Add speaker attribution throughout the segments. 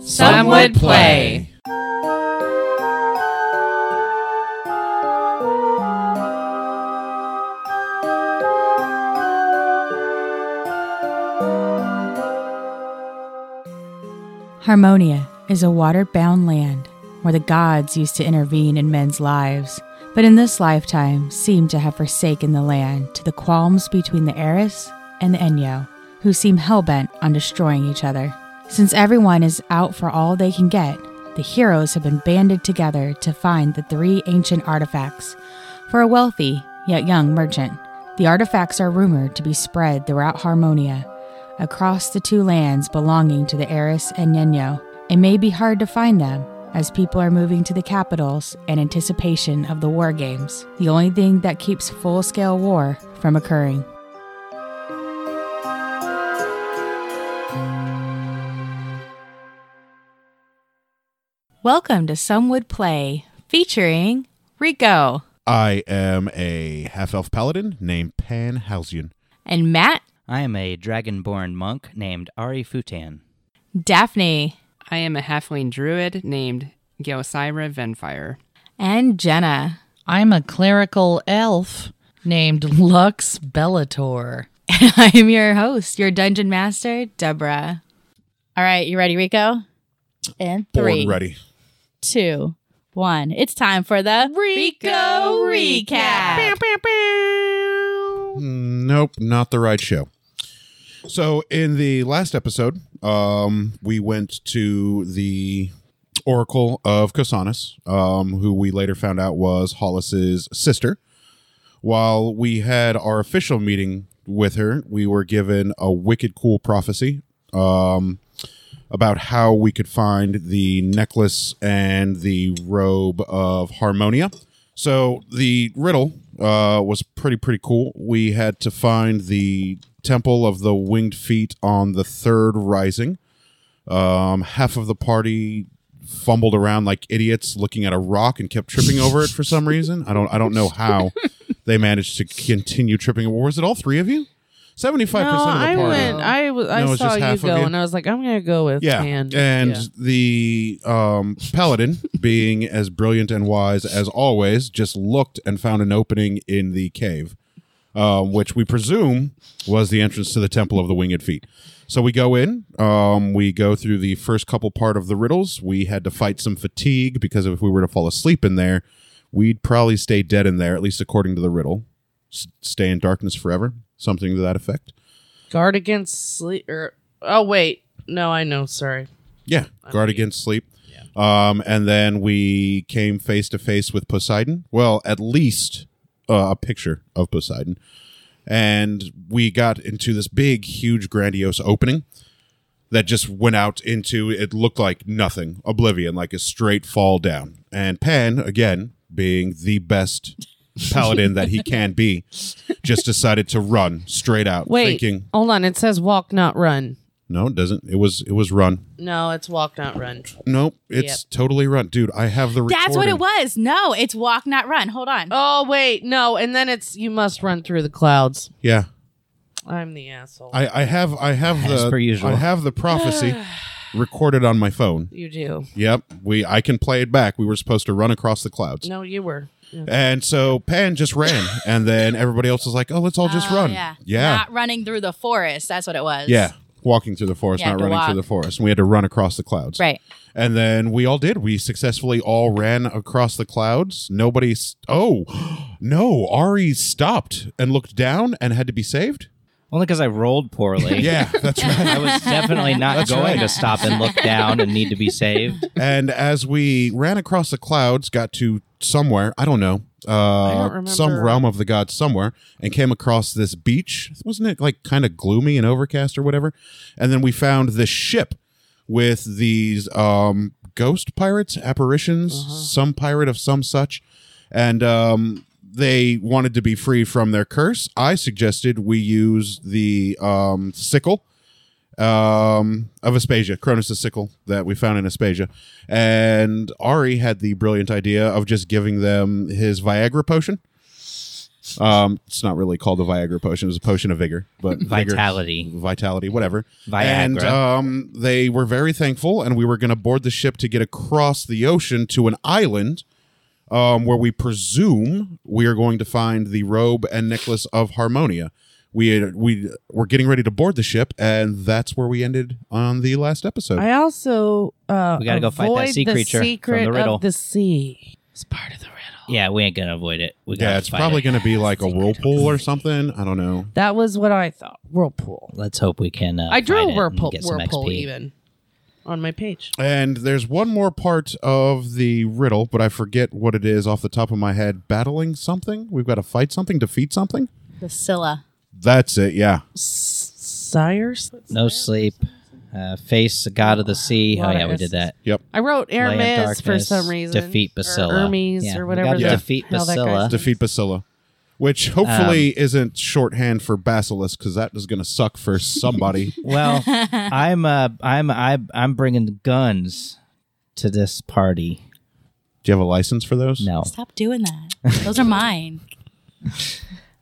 Speaker 1: Some would play.
Speaker 2: Harmonia is a water bound land where the gods used to intervene in men's lives, but in this lifetime seem to have forsaken the land to the qualms between the Eris and the Enyo, who seem hell bent on destroying each other. Since everyone is out for all they can get, the heroes have been banded together to find the three ancient artifacts for a wealthy yet young merchant. The artifacts are rumored to be spread throughout Harmonia across the two lands belonging to the Eris and Nino. It may be hard to find them as people are moving to the capitals in anticipation of the war games, the only thing that keeps full scale war from occurring. Welcome to Some Would Play featuring Rico
Speaker 3: I am a half elf paladin named Pan Halcyon.
Speaker 2: and Matt,
Speaker 4: I am a dragonborn monk named Ari Futan.
Speaker 2: Daphne,
Speaker 1: I am a halfling druid named Gelsira Venfire.
Speaker 2: and Jenna.
Speaker 5: I'm a clerical elf named Lux Bellator.
Speaker 2: I'm your host, your dungeon master, Deborah.
Speaker 6: All right, you ready, Rico? And three,
Speaker 3: Born ready.
Speaker 6: two, one. It's time for the Rico
Speaker 2: Recap.
Speaker 3: Nope, not the right show. So in the last episode, um, we went to the Oracle of Cosanus, um, who we later found out was Hollis's sister. While we had our official meeting with her, we were given a wicked cool prophecy um, about how we could find the necklace and the robe of Harmonia. So the riddle uh, was pretty pretty cool. We had to find the temple of the winged feet on the third rising. Um, half of the party fumbled around like idiots, looking at a rock and kept tripping over it for some reason. I don't I don't know how they managed to continue tripping. Was it all three of you? Seventy five
Speaker 7: No,
Speaker 3: percent of the
Speaker 7: I
Speaker 3: party.
Speaker 7: went. I was. I
Speaker 3: No, it's
Speaker 7: saw
Speaker 3: just
Speaker 7: you
Speaker 3: half of
Speaker 7: go,
Speaker 3: you.
Speaker 7: and I was like, I'm gonna go with
Speaker 3: Yeah,
Speaker 7: Pan.
Speaker 3: and
Speaker 7: Yeah.
Speaker 3: the um, paladin, being as brilliant and wise as always, just looked and found an opening in the cave, um, which we presume was the entrance to the temple of the winged feet. So we go in. Um, we go through the first couple part of the riddles. We had to fight some fatigue because if we were to fall asleep in there, we'd probably stay dead in there, at least according to the riddle. S- stay in darkness forever, something to that effect.
Speaker 7: guard against sleep. Or, oh wait, no, I know. Sorry.
Speaker 3: Yeah, guard against sleep. Um, and then we came face to face with Poseidon. Well, at least uh, a picture of Poseidon, and we got into this big, huge, grandiose opening that just went out into it looked like nothing, oblivion, like a straight fall down. And Pan, again, being the best paladin that he can be, just decided to run straight out,
Speaker 7: Wait,
Speaker 3: thinking,
Speaker 7: hold on. It says walk, not run.
Speaker 3: "No, it doesn't. It was it was run."
Speaker 7: No, it's walk, not run.
Speaker 3: Nope, it's totally run, dude. I have the. Recording.
Speaker 6: That's what it was. No, it's walk, not run. Hold on.
Speaker 7: Oh wait, no, and then it's you must run through the clouds.
Speaker 3: Yeah,
Speaker 7: I'm the asshole.
Speaker 3: I, I have, I have
Speaker 4: As
Speaker 3: the.
Speaker 4: per usual.
Speaker 3: I have the prophecy recorded on my phone.
Speaker 7: you do.
Speaker 3: Yep, we. I can play it back. We were supposed to run across the clouds,
Speaker 7: No, you were. Yeah.
Speaker 3: and so Pan just ran, and then everybody else was like, "Oh, let's all just
Speaker 6: Oh,
Speaker 3: run."
Speaker 6: Yeah.
Speaker 3: yeah,
Speaker 6: Not running through the forest. That's what it was.
Speaker 3: yeah. Walking through the forest,
Speaker 6: You had
Speaker 3: not
Speaker 6: to
Speaker 3: running
Speaker 6: walk.
Speaker 3: through the forest. We had to run across the clouds,
Speaker 6: Right.
Speaker 3: And then we all did. We successfully all ran across the clouds. Nobody. s oh, no! Ari stopped and looked down and had to be saved.
Speaker 4: Only because I rolled poorly.
Speaker 3: Yeah, that's right.
Speaker 4: I was definitely not going
Speaker 3: right.
Speaker 4: to stop and look down and need to be saved.
Speaker 3: and as we ran across the clouds, got to somewhere, I don't know, uh,
Speaker 7: don't remember.
Speaker 3: some realm of the gods somewhere, and came across this beach. Wasn't it like kind of gloomy and overcast or whatever? And then we found this ship with these um, ghost pirates, apparitions,
Speaker 7: Uh-huh.
Speaker 3: some pirate of some such. And um, they wanted to be free from their curse. I suggested we use the um, sickle um, of Aspasia, Cronus' sickle that we found in Aspasia. And Ari had the brilliant idea of just giving them his Viagra potion. Um, it's not really called a Viagra potion; it's a potion of vigor, but vigor-
Speaker 4: Vitality.
Speaker 3: vitality, whatever.
Speaker 4: Viagra.
Speaker 3: And um, they were very thankful, and we were going to board the ship to get across the ocean to an island. Um, where we presume we are going to find the robe and necklace of Harmonia. We had, we were getting ready to board the ship, and that's where we ended on the last episode.
Speaker 8: I also uh,
Speaker 4: We gotta go fight that
Speaker 8: avoid
Speaker 4: sea
Speaker 8: the
Speaker 4: creature from the
Speaker 8: secret of
Speaker 4: riddle.
Speaker 8: the sea.
Speaker 5: It's part of the riddle.
Speaker 4: Yeah, we ain't gonna avoid it. We gotta
Speaker 3: yeah, it's
Speaker 4: fight
Speaker 3: probably
Speaker 4: it.
Speaker 3: going to be like a whirlpool or something. I don't know.
Speaker 8: That was what I thought. Whirlpool.
Speaker 4: Let's hope we can. Uh,
Speaker 7: I drew
Speaker 4: fight
Speaker 7: a
Speaker 4: it
Speaker 7: whirlpool,
Speaker 4: and get some
Speaker 7: whirlpool
Speaker 4: XP.
Speaker 7: even on my page.
Speaker 3: And there's one more part of the riddle, but I forget what it is off the top of my head. Battling something? We've got to fight something, defeat something?
Speaker 2: The Scylla.
Speaker 3: That's it, yeah.
Speaker 7: Sires?
Speaker 4: No sleep. Uh, face the god of the sea. Oh
Speaker 7: Lot of
Speaker 4: yeah, we did
Speaker 7: S's.
Speaker 4: that.
Speaker 3: Yep.
Speaker 7: I wrote
Speaker 4: Land
Speaker 7: Aramis for
Speaker 4: darkness,
Speaker 7: some reason.
Speaker 4: Defeat
Speaker 7: Or
Speaker 4: Basila.
Speaker 7: Hermes
Speaker 4: Yeah,
Speaker 7: or
Speaker 4: we
Speaker 7: whatever.
Speaker 4: gotta
Speaker 7: the-
Speaker 4: Defeat
Speaker 7: hell that guy's
Speaker 4: Basila.
Speaker 7: name
Speaker 3: Defeat Basila, which hopefully isn't shorthand for basilisk because that is going to suck for somebody.
Speaker 4: Well, I'm uh, I'm I, I'm bringing guns to this party.
Speaker 3: Do you have a license for those?
Speaker 4: No,
Speaker 2: Stop doing that. Those are mine.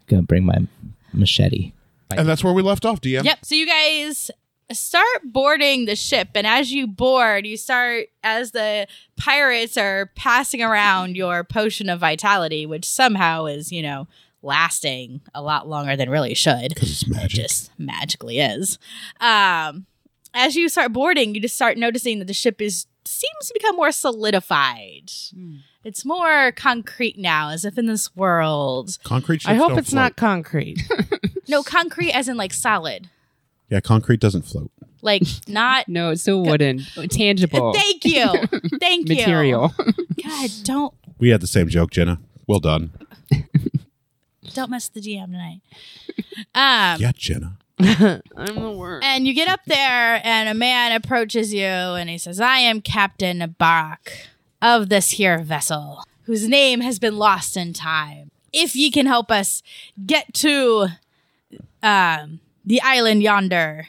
Speaker 4: gonna bring my machete.
Speaker 3: And that's where we left off, DM.
Speaker 2: Yep. So you guys start boarding the ship, and as you board, you start as the pirates are passing around your potion of vitality, which somehow is, you know, lasting a lot longer than really should. Because it's magic. It just magically is. Um, as you start boarding, you just start noticing that the ship is seems to become more solidified. It's more concrete now, as if in this world.
Speaker 3: Concrete ships
Speaker 7: I hope
Speaker 3: don't
Speaker 7: it's
Speaker 3: float.
Speaker 7: not concrete.
Speaker 2: No, concrete as in like solid.
Speaker 3: Yeah, concrete doesn't float.
Speaker 2: Like not
Speaker 1: No, it's so wooden, tangible
Speaker 2: Thank you. Thank you.
Speaker 1: Oh. material.
Speaker 2: God, don't
Speaker 3: We had the same joke, Jenna. Well done.
Speaker 2: don't mess with the GM tonight. Um
Speaker 3: Yeah, Jenna.
Speaker 7: I'm the worst.
Speaker 2: and you get up there and a man approaches you and he says, I am Captain Barak of this here vessel, whose name has been lost in time. If ye can help us get to um the island yonder,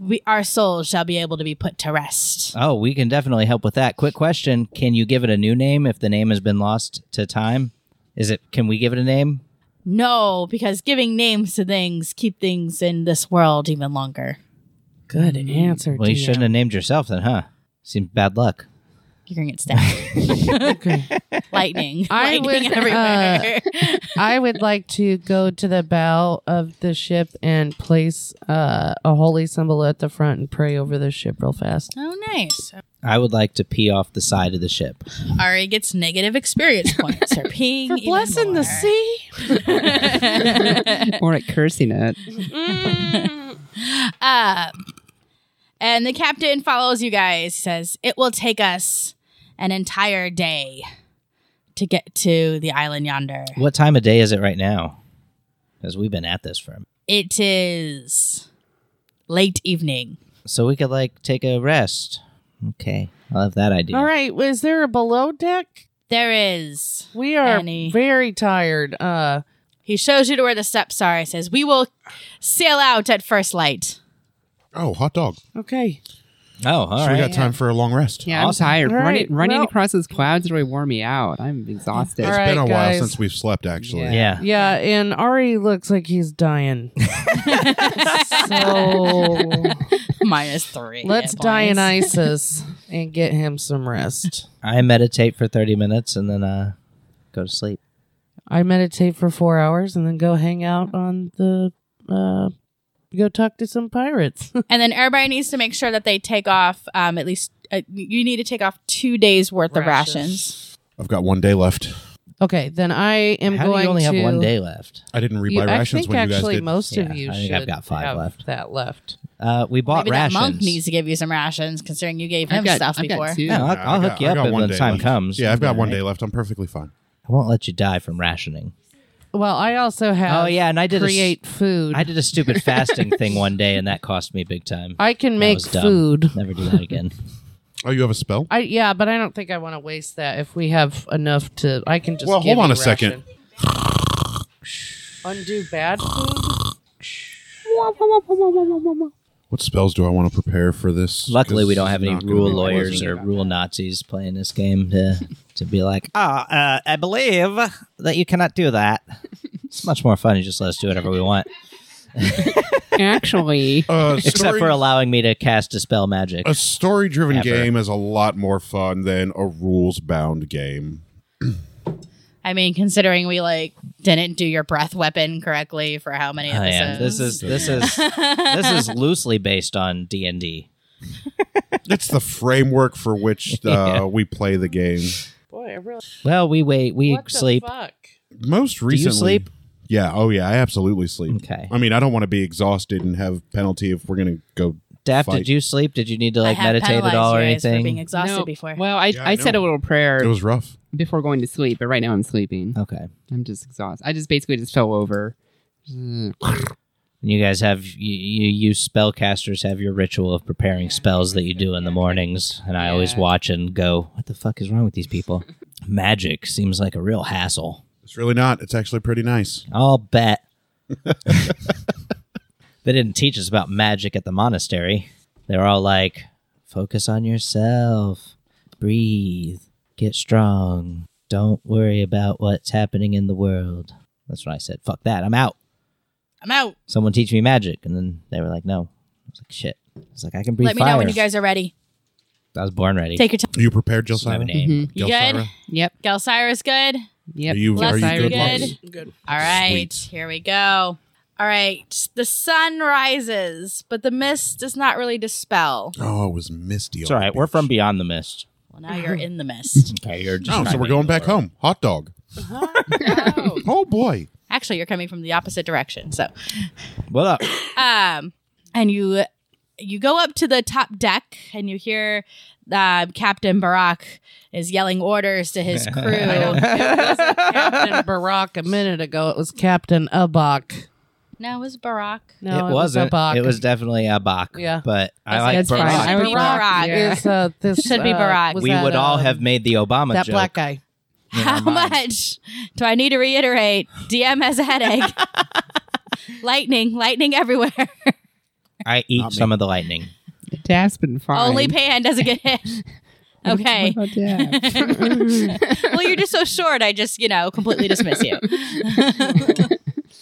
Speaker 2: we our souls shall be able to be put to rest.
Speaker 4: Oh, we can definitely help with that. Quick question: Can you give it a new name if the name has been lost to time? Is it? Can we give it a name?
Speaker 2: No, because giving names to things keep things in this world even longer.
Speaker 7: Good answer.
Speaker 4: Mm. Well, you
Speaker 7: DM.
Speaker 4: shouldn't have named yourself then, huh? Seems bad luck.
Speaker 2: You're gonna get stabbed. Lightning.
Speaker 5: I
Speaker 2: Lightning
Speaker 5: would,
Speaker 7: uh,
Speaker 2: everywhere.
Speaker 5: I would
Speaker 7: like to go to the bow of the ship and place uh, a holy symbol at the front and pray over the ship real fast.
Speaker 2: oh, nice.
Speaker 4: I would like to pee off the side of the ship.
Speaker 2: Ari gets negative experience points. Her peeing.
Speaker 7: For
Speaker 2: even
Speaker 7: blessing
Speaker 2: more.
Speaker 7: the sea.
Speaker 1: or like cursing it.
Speaker 2: Uh, and the captain follows you guys. Says it will take us an entire day to get to the island yonder.
Speaker 4: What time of day is it right now? Because we've been at this for. A
Speaker 2: It is late evening.
Speaker 4: so we could like take a rest. Okay, I love that idea.
Speaker 7: All right, is there a below deck?
Speaker 2: There is.
Speaker 7: We are
Speaker 2: Any.
Speaker 7: very tired. Uh,
Speaker 2: He shows you to where the steps are. He says, "We will sail out at first light."
Speaker 3: Oh, hot dog.
Speaker 7: okay.
Speaker 4: Oh, all
Speaker 3: so
Speaker 4: right.
Speaker 3: we got time for a long rest.
Speaker 1: Yeah, I'm
Speaker 4: Awesome.
Speaker 1: tired.
Speaker 7: All
Speaker 1: Running,
Speaker 7: right,
Speaker 1: running
Speaker 7: well-
Speaker 1: across those clouds really wore me out. I'm exhausted.
Speaker 7: All
Speaker 3: It's
Speaker 7: right.
Speaker 3: been a while
Speaker 7: guys.
Speaker 3: since we've slept, actually.
Speaker 1: Yeah.
Speaker 4: yeah.
Speaker 7: Yeah, and Ari looks like he's dying. so
Speaker 2: Minus three.
Speaker 7: let's
Speaker 2: hit points.
Speaker 7: Dionysus and get him some rest.
Speaker 4: I meditate for thirty minutes and then uh go to sleep.
Speaker 7: I meditate for four hours and then go hang out on the. Uh, go talk to some pirates.
Speaker 2: And then everybody needs to make sure that they take off um, at least uh, you need to take off two days worth of rations.
Speaker 3: I've got one day left.
Speaker 7: okay, then I am
Speaker 4: How do
Speaker 7: going
Speaker 4: you only
Speaker 7: to
Speaker 4: have one day left?
Speaker 3: I didn't read
Speaker 7: You-
Speaker 3: my
Speaker 7: I
Speaker 3: rations
Speaker 7: think
Speaker 3: when you guys
Speaker 7: actually
Speaker 3: did.
Speaker 7: most
Speaker 4: Yeah,
Speaker 7: of you
Speaker 4: I
Speaker 7: should
Speaker 4: think I've got five
Speaker 7: have
Speaker 4: left.
Speaker 7: that left.
Speaker 4: Uh, we bought
Speaker 2: Maybe
Speaker 4: rations.
Speaker 2: that monk needs to give you some rations, considering you gave him
Speaker 1: I've got
Speaker 2: stuff
Speaker 1: I've got
Speaker 2: before.
Speaker 1: two.
Speaker 4: No, I'll,
Speaker 3: Yeah, I
Speaker 4: I'll hook
Speaker 3: got-
Speaker 4: you
Speaker 3: I
Speaker 4: up
Speaker 3: got
Speaker 4: if
Speaker 3: one
Speaker 4: when
Speaker 3: day
Speaker 4: time
Speaker 3: left.
Speaker 4: comes.
Speaker 3: Yeah, I've got
Speaker 4: Yeah,
Speaker 3: one
Speaker 4: right?
Speaker 3: day left. I'm perfectly fine.
Speaker 4: I won't let you die from rationing.
Speaker 7: Well, I also have.
Speaker 4: Oh, yeah, and I did a s-
Speaker 7: create food.
Speaker 4: I
Speaker 7: I,
Speaker 4: did a stupid fasting thing one day, and that cost me big time.
Speaker 7: can
Speaker 4: That
Speaker 7: make
Speaker 4: was dumb.
Speaker 7: food.
Speaker 4: Never do that again.
Speaker 3: Oh, you have a spell?
Speaker 7: I yeah, but I don't think I want to waste that. If we have enough to, I can just.
Speaker 3: Well,
Speaker 7: give
Speaker 3: hold on
Speaker 7: you
Speaker 3: a second.
Speaker 7: ration. Undo bad food.
Speaker 3: What spells do I want to prepare for this?
Speaker 4: Luckily,
Speaker 3: 'Cause
Speaker 4: we don't have
Speaker 3: it's
Speaker 4: any
Speaker 3: not gonna
Speaker 4: rule
Speaker 3: be
Speaker 4: lawyers
Speaker 3: pleasant.
Speaker 4: or rule Nazis playing this game to to be like, ah, uh, I believe that you cannot do that. It's much more fun. You just let us do whatever we want,
Speaker 1: Actually,
Speaker 3: Uh,
Speaker 4: except
Speaker 3: story-
Speaker 4: for allowing me to cast dispel magic.
Speaker 3: a story driven
Speaker 4: Ever.
Speaker 3: game is a lot more fun than a rules bound game.
Speaker 2: I mean, considering we like didn't do your breath weapon correctly for how many
Speaker 4: I am.
Speaker 2: episodes?
Speaker 4: Oh, This is this is this is loosely based on D and D.
Speaker 3: It's the framework for which uh,
Speaker 4: Yeah.
Speaker 3: we play the game.
Speaker 7: Boy, I really
Speaker 4: Well, we wait, we
Speaker 7: what
Speaker 4: sleep.
Speaker 7: The fuck?
Speaker 3: Most
Speaker 4: you
Speaker 3: recently,
Speaker 4: sleep?
Speaker 3: Yeah. Oh yeah. I absolutely sleep.
Speaker 4: Okay,
Speaker 3: I mean, I don't want to be exhausted and have penalty if we're gonna go.
Speaker 4: Daph,
Speaker 3: fight.
Speaker 4: did you sleep? Did you need to
Speaker 2: I
Speaker 4: like
Speaker 2: have
Speaker 4: meditate at
Speaker 2: penalized
Speaker 4: all or
Speaker 2: you guys for
Speaker 4: anything?
Speaker 2: being exhausted
Speaker 1: no.
Speaker 2: before.
Speaker 1: Well, I,
Speaker 3: Yeah, I
Speaker 1: I said
Speaker 3: know.
Speaker 1: a little prayer
Speaker 3: It was rough.
Speaker 1: before going to sleep, but right now I'm sleeping.
Speaker 4: okay,
Speaker 1: I'm just exhausted. I just basically just fell over.
Speaker 4: and you guys have you, you you spellcasters have your ritual of preparing spells that you do in the mornings, and I always
Speaker 1: Yeah.
Speaker 4: watch and go, "What the fuck is wrong with these people?" Magic seems like a real hassle.
Speaker 3: It's really not. It's actually pretty nice.
Speaker 4: I'll bet. they didn't teach us about magic at the monastery. They were all like, focus on yourself, breathe, get strong, don't worry about what's happening in the world. That's when I said, fuck that, I'm out.
Speaker 2: I'm out.
Speaker 4: Someone teach me magic. And then they were like, no. I was like, shit. I was like, I can breathe
Speaker 2: Let me
Speaker 4: fire.
Speaker 2: know when you guys are ready.
Speaker 4: I was born ready.
Speaker 2: Take your time.
Speaker 3: Are you prepared,
Speaker 4: I have a
Speaker 3: Jelsira?
Speaker 4: name.
Speaker 2: You
Speaker 3: Jelsira?
Speaker 2: good?
Speaker 1: Yep.
Speaker 2: Gelsira's good.
Speaker 1: Yep.
Speaker 3: Are you-
Speaker 2: are you
Speaker 1: Yes, I
Speaker 2: good,
Speaker 1: am.
Speaker 2: Lux? All right, here we go. All right, the sun rises, but the mist does not really dispel.
Speaker 3: Oh, it was misty.
Speaker 4: It's all right. We're from beyond the mist.
Speaker 2: Well, now you're in the mist.
Speaker 4: Okay, you're just.
Speaker 3: Oh, so we're going back home. Hot dog. oh boy.
Speaker 2: Actually, you're coming from the opposite direction. So,
Speaker 4: What up?
Speaker 2: um, and you you go up to the top deck, and you hear um, Captain Barak is yelling orders to his crew.
Speaker 7: Captain Barack a minute ago. It was Captain Abak.
Speaker 2: no, it was Barak.
Speaker 7: No,
Speaker 4: it wasn't.
Speaker 7: Abak.
Speaker 4: It was definitely a Bach.
Speaker 7: Yeah.
Speaker 4: But I
Speaker 7: That's-
Speaker 4: like
Speaker 7: that's
Speaker 4: Barack.
Speaker 7: fine.
Speaker 1: I would
Speaker 2: be
Speaker 1: rock
Speaker 2: Barack.
Speaker 1: here.
Speaker 7: Is, uh, this
Speaker 2: Should be
Speaker 7: uh,
Speaker 2: Barack.
Speaker 7: was
Speaker 4: we
Speaker 7: that,
Speaker 4: would all
Speaker 7: um,
Speaker 4: have made the Obama
Speaker 7: that
Speaker 4: joke.
Speaker 7: black guy.
Speaker 4: in our
Speaker 2: How
Speaker 4: minds.
Speaker 2: much do I need to reiterate? DM has a headache. lightning, lightning everywhere.
Speaker 4: I eat
Speaker 3: Not me.
Speaker 4: some of the lightning.
Speaker 1: Daph's been fine.
Speaker 2: Only Pan doesn't get hit. Okay.
Speaker 1: What about Daph?
Speaker 2: well, you're just so short. I just, you know, completely dismiss you.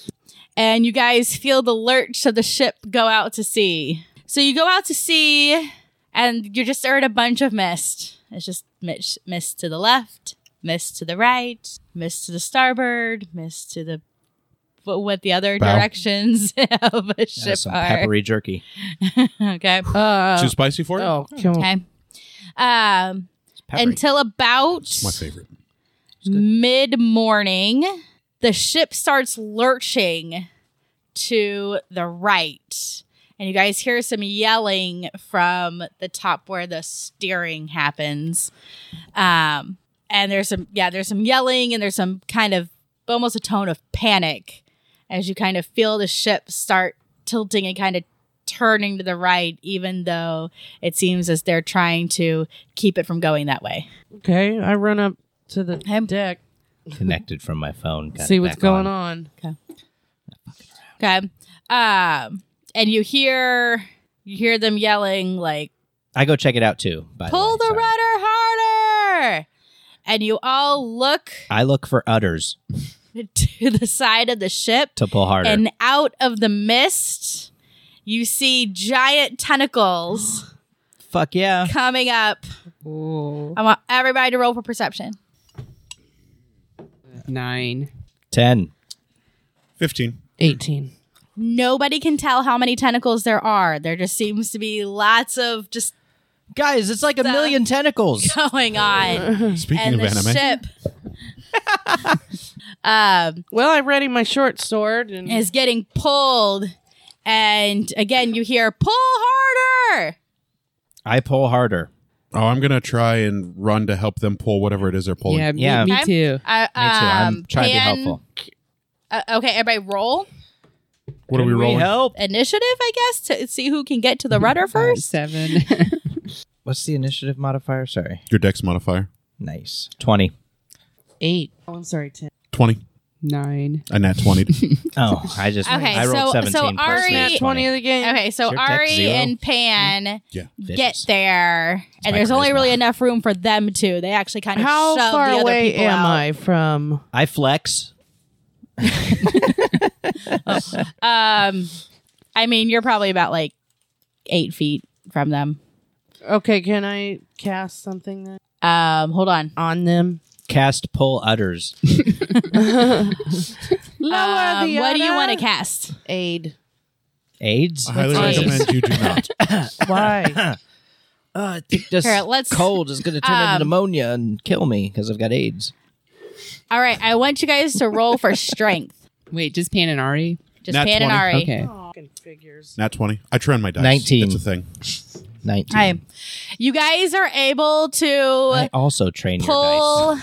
Speaker 2: and you guys feel the lurch of the ship go out to sea. So you go out to sea, and you're just in a bunch of mist. It's just mist, mist to the left, mist to the right, mist to the starboard, mist to the what, what the other
Speaker 3: Bow.
Speaker 2: directions of a
Speaker 4: That is
Speaker 2: ship
Speaker 4: some
Speaker 2: are.
Speaker 4: peppery jerky.
Speaker 2: okay.
Speaker 7: Uh,
Speaker 3: Too spicy for you?
Speaker 7: oh, come on.
Speaker 2: Okay. Um,
Speaker 4: It's peppery.
Speaker 2: until about
Speaker 3: It's my favorite.
Speaker 2: mid morning, the ship starts lurching to the right. And you guys hear some yelling from the top where the steering happens. Um, and there's some, yeah, there's some yelling and there's some kind of almost a tone of panic as you kind of feel the ship start tilting and kind of turning to the right, even though it seems as they're trying to keep it from going that way.
Speaker 7: Okay, I run up to the
Speaker 2: I'm-
Speaker 7: deck,
Speaker 4: Connected from my phone. Got
Speaker 7: see
Speaker 4: it
Speaker 7: what's
Speaker 4: back
Speaker 7: going on.
Speaker 2: Okay. Um, and you hear you hear them yelling like,
Speaker 4: I go check it out too. By
Speaker 2: "Pull the
Speaker 4: way,
Speaker 2: rudder
Speaker 4: so.
Speaker 2: harder!" And you all look
Speaker 4: I look for udders
Speaker 2: to the side of the ship,
Speaker 4: to pull harder.
Speaker 2: and out of the mist, you see giant tentacles
Speaker 4: Fuck yeah.
Speaker 2: coming up. I want everybody to roll for perception.
Speaker 1: Nine.
Speaker 4: Ten.
Speaker 3: Fifteen.
Speaker 7: 18.
Speaker 2: Nobody can tell how many tentacles there are. There just seems to be lots of just
Speaker 4: Guys, it's like a
Speaker 2: Seven.
Speaker 4: million tentacles.
Speaker 2: going on,
Speaker 3: Speaking
Speaker 2: Hmm. and
Speaker 3: of
Speaker 2: the
Speaker 3: anime,
Speaker 2: ship. um,
Speaker 7: Well, I ready my short sword and
Speaker 4: Mm.
Speaker 2: is getting pulled. And again, you hear, pull harder.
Speaker 4: I pull harder.
Speaker 3: oh, I'm gonna try and run to help them pull whatever it is they're pulling.
Speaker 1: Yeah, me-
Speaker 4: Yeah.
Speaker 1: Me,
Speaker 2: Okay.
Speaker 1: too.
Speaker 2: I,
Speaker 4: Me too. I'm
Speaker 2: um,
Speaker 4: trying to be
Speaker 2: Pan-
Speaker 4: helpful.
Speaker 2: uh, okay, everybody roll
Speaker 3: What are we
Speaker 4: Can
Speaker 3: rolling?
Speaker 4: help?
Speaker 2: initiative, I guess, to see who can get to
Speaker 4: Mm-hmm.
Speaker 2: the rudder
Speaker 1: Uh,
Speaker 2: first.
Speaker 1: seven.
Speaker 4: What's the initiative modifier? Sorry.
Speaker 3: Your dex modifier.
Speaker 4: Nice. Twenty.
Speaker 7: 8. Oh, I'm sorry, 10.
Speaker 3: Twenty.
Speaker 1: Nine.
Speaker 3: And that twenty.
Speaker 4: Oh, I just
Speaker 2: Okay,
Speaker 4: I rolled
Speaker 2: so- so
Speaker 4: seventeen plus
Speaker 2: Ari-
Speaker 4: the
Speaker 7: 20
Speaker 4: 20.
Speaker 7: of the game.
Speaker 2: Okay, so
Speaker 4: Sure, tech
Speaker 2: Ari
Speaker 4: zero. Mm-hmm.
Speaker 2: and Pan
Speaker 3: Yeah.
Speaker 2: get
Speaker 4: Vicious.
Speaker 2: there, and
Speaker 4: my
Speaker 2: there's only
Speaker 4: charisma.
Speaker 2: really enough room for them two. They actually kind of
Speaker 7: How
Speaker 2: shove
Speaker 7: far
Speaker 2: the other
Speaker 7: away
Speaker 2: people
Speaker 7: am
Speaker 2: out.
Speaker 7: I from
Speaker 4: I flex.
Speaker 2: Um, I mean, you're probably about like eight feet from them.
Speaker 7: Okay, can I cast something then?
Speaker 2: Um, hold on.
Speaker 7: on them?
Speaker 4: Cast pole utters.
Speaker 2: Um,
Speaker 7: the
Speaker 2: what do you
Speaker 7: other.
Speaker 2: want to cast?
Speaker 7: Aid.
Speaker 4: AIDS?
Speaker 3: I highly
Speaker 4: What's AIDS?
Speaker 3: recommend you do not.
Speaker 7: Why?
Speaker 4: Oh, I think this
Speaker 2: Here, let's-
Speaker 4: cold is going to turn
Speaker 2: Um,
Speaker 4: into pneumonia and kill me because I've got AIDS.
Speaker 2: All right, I want you guys to roll for strength.
Speaker 1: Wait, just Pan and Ari?
Speaker 2: Just
Speaker 3: Nat
Speaker 2: Pan and
Speaker 3: 20.
Speaker 2: Ari.
Speaker 1: Okay.
Speaker 7: figures.
Speaker 3: Not 20. I trend my dice.
Speaker 4: 19.
Speaker 3: It's a thing.
Speaker 4: 19.
Speaker 2: Hi. You guys are able
Speaker 4: I
Speaker 2: to
Speaker 4: also train your dice.
Speaker 2: pull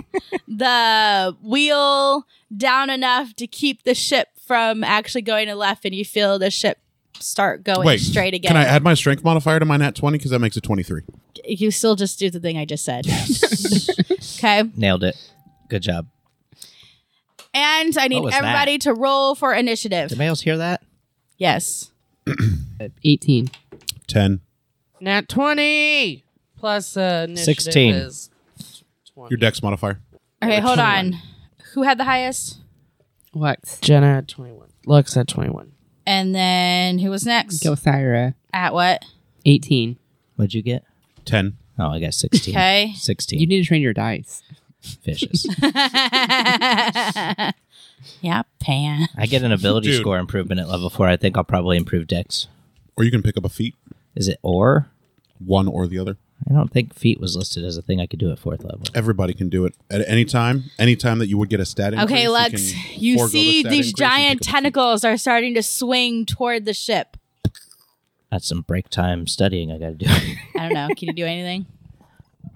Speaker 2: the wheel down enough to keep the ship from actually going to left, and you feel the ship start going
Speaker 3: Wait,
Speaker 2: straight again.
Speaker 3: Can I add my strength modifier to my nat 20? Because that makes it 23.
Speaker 2: you still just do the thing I just said. okay.
Speaker 4: Nailed it. Good job.
Speaker 2: And I need
Speaker 4: was that?
Speaker 2: everybody to roll for initiative.
Speaker 4: Did males hear that?
Speaker 2: Yes.
Speaker 1: 18.
Speaker 3: 10.
Speaker 7: Nat 20 plus uh, initiative
Speaker 4: 16.
Speaker 7: is
Speaker 3: Your dex modifier.
Speaker 2: Okay, hold on. Who had the highest?
Speaker 1: What?
Speaker 7: Jenna at 21. Lux at 21.
Speaker 2: And then who was next?
Speaker 1: Gosira.
Speaker 2: At what?
Speaker 1: 18.
Speaker 4: What'd you get?
Speaker 3: 10.
Speaker 4: Oh, I got 16.
Speaker 2: Okay.
Speaker 4: 16
Speaker 1: You need to train your dice.
Speaker 4: fishes.
Speaker 2: yeah, Pan.
Speaker 4: I get an ability
Speaker 3: Dude.
Speaker 4: score improvement at level 4. I think I'll probably improve dex.
Speaker 3: Or you can pick up a feat,
Speaker 4: Is it or?
Speaker 3: one or the other.
Speaker 4: I don't think feet was listed as a thing I could do at fourth level.
Speaker 3: Everybody can do it at any time. Any time that you would get a stat increase.
Speaker 2: Okay,
Speaker 3: you
Speaker 2: Lex,
Speaker 3: can
Speaker 2: you
Speaker 3: forego the
Speaker 2: see
Speaker 3: stat
Speaker 2: these
Speaker 3: increase and
Speaker 2: giant
Speaker 3: pick up a feat.
Speaker 2: tentacles are starting to swing toward the ship.
Speaker 4: That's some break time studying I got to do.
Speaker 2: I don't know. Can you do anything?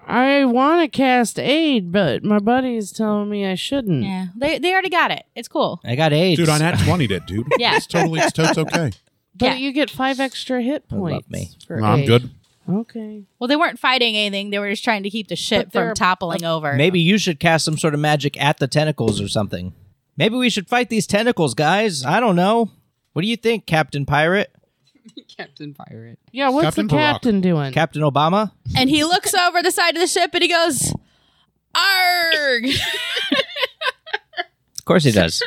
Speaker 7: I want to cast aid, but my buddy is telling me I shouldn't.
Speaker 3: Hmm.
Speaker 2: Yeah. They, they already got it. It's cool.
Speaker 4: I got AIDS.
Speaker 3: Dude, I nat 20 did, dude.
Speaker 2: Yeah.
Speaker 3: It's totally, it's totes okay.
Speaker 7: But
Speaker 2: Yeah.
Speaker 7: you get five extra hit
Speaker 4: I love
Speaker 7: points.
Speaker 4: me.
Speaker 7: for
Speaker 3: No, I'm
Speaker 7: aid.
Speaker 3: good.
Speaker 7: Okay.
Speaker 2: Well, they weren't fighting anything. They were just trying to keep the ship
Speaker 7: But they're-
Speaker 2: from toppling over.
Speaker 4: Maybe you should cast some sort of magic at the tentacles or something. Maybe we should fight these tentacles, guys. I don't know. What do you think, Captain Pirate?
Speaker 1: Captain Pirate.
Speaker 7: Yeah, what's
Speaker 3: Captain
Speaker 7: the
Speaker 3: Barack.
Speaker 7: captain doing?
Speaker 4: Captain Obama?
Speaker 2: And he looks over the side of the ship and he goes, Arg!
Speaker 4: Of course he does.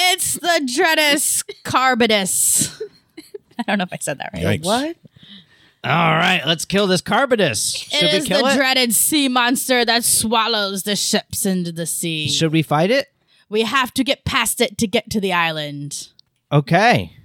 Speaker 2: It's the Dreadus Carbonus. I don't know if I said that right.
Speaker 3: Yikes.
Speaker 7: What?
Speaker 4: All right, let's kill this Carbonus. Should
Speaker 2: it
Speaker 4: we
Speaker 2: is
Speaker 4: kill
Speaker 2: the
Speaker 4: it?
Speaker 2: dreaded sea monster that swallows the ships into the sea.
Speaker 4: should we fight it?
Speaker 2: we have to get past it to get to the island.
Speaker 4: Okay.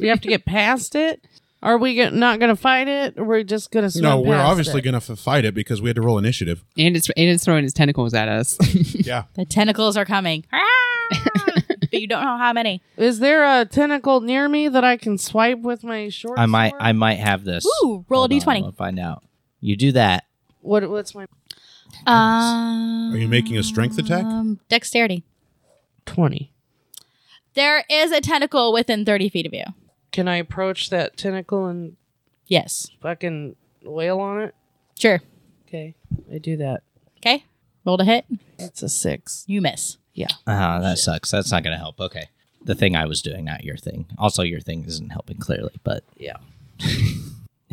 Speaker 7: We have to get past it? Are we go- not going to fight it? Or we're just going to
Speaker 3: No, we're obviously going to fight it because we had to roll initiative.
Speaker 1: And it's, and it's throwing its tentacles at us.
Speaker 3: Yeah.
Speaker 2: The tentacles are coming. but you don't know how many.
Speaker 7: Is there a tentacle near me that I can swipe with my short
Speaker 4: I might
Speaker 7: sword?
Speaker 4: I might have this.
Speaker 2: Ooh, roll a
Speaker 4: Hold on,
Speaker 2: d20.
Speaker 4: I'll find out. You do that.
Speaker 7: What, what's my
Speaker 2: Um,
Speaker 3: Are you making a strength attack?
Speaker 2: Uh, dexterity.
Speaker 7: 20?
Speaker 2: There is a tentacle within 30 feet of you.
Speaker 7: Can I approach that tentacle and
Speaker 2: Yes.
Speaker 7: fucking wail on it?
Speaker 2: Sure.
Speaker 7: Okay, I do that.
Speaker 2: Okay. Roll to hit.
Speaker 7: It's a six.
Speaker 2: You miss.
Speaker 4: Ah, that sucks. That's not going to help. Okay. The thing I was doing, not your thing. Also, your thing isn't helping clearly, but
Speaker 7: Yeah.
Speaker 4: all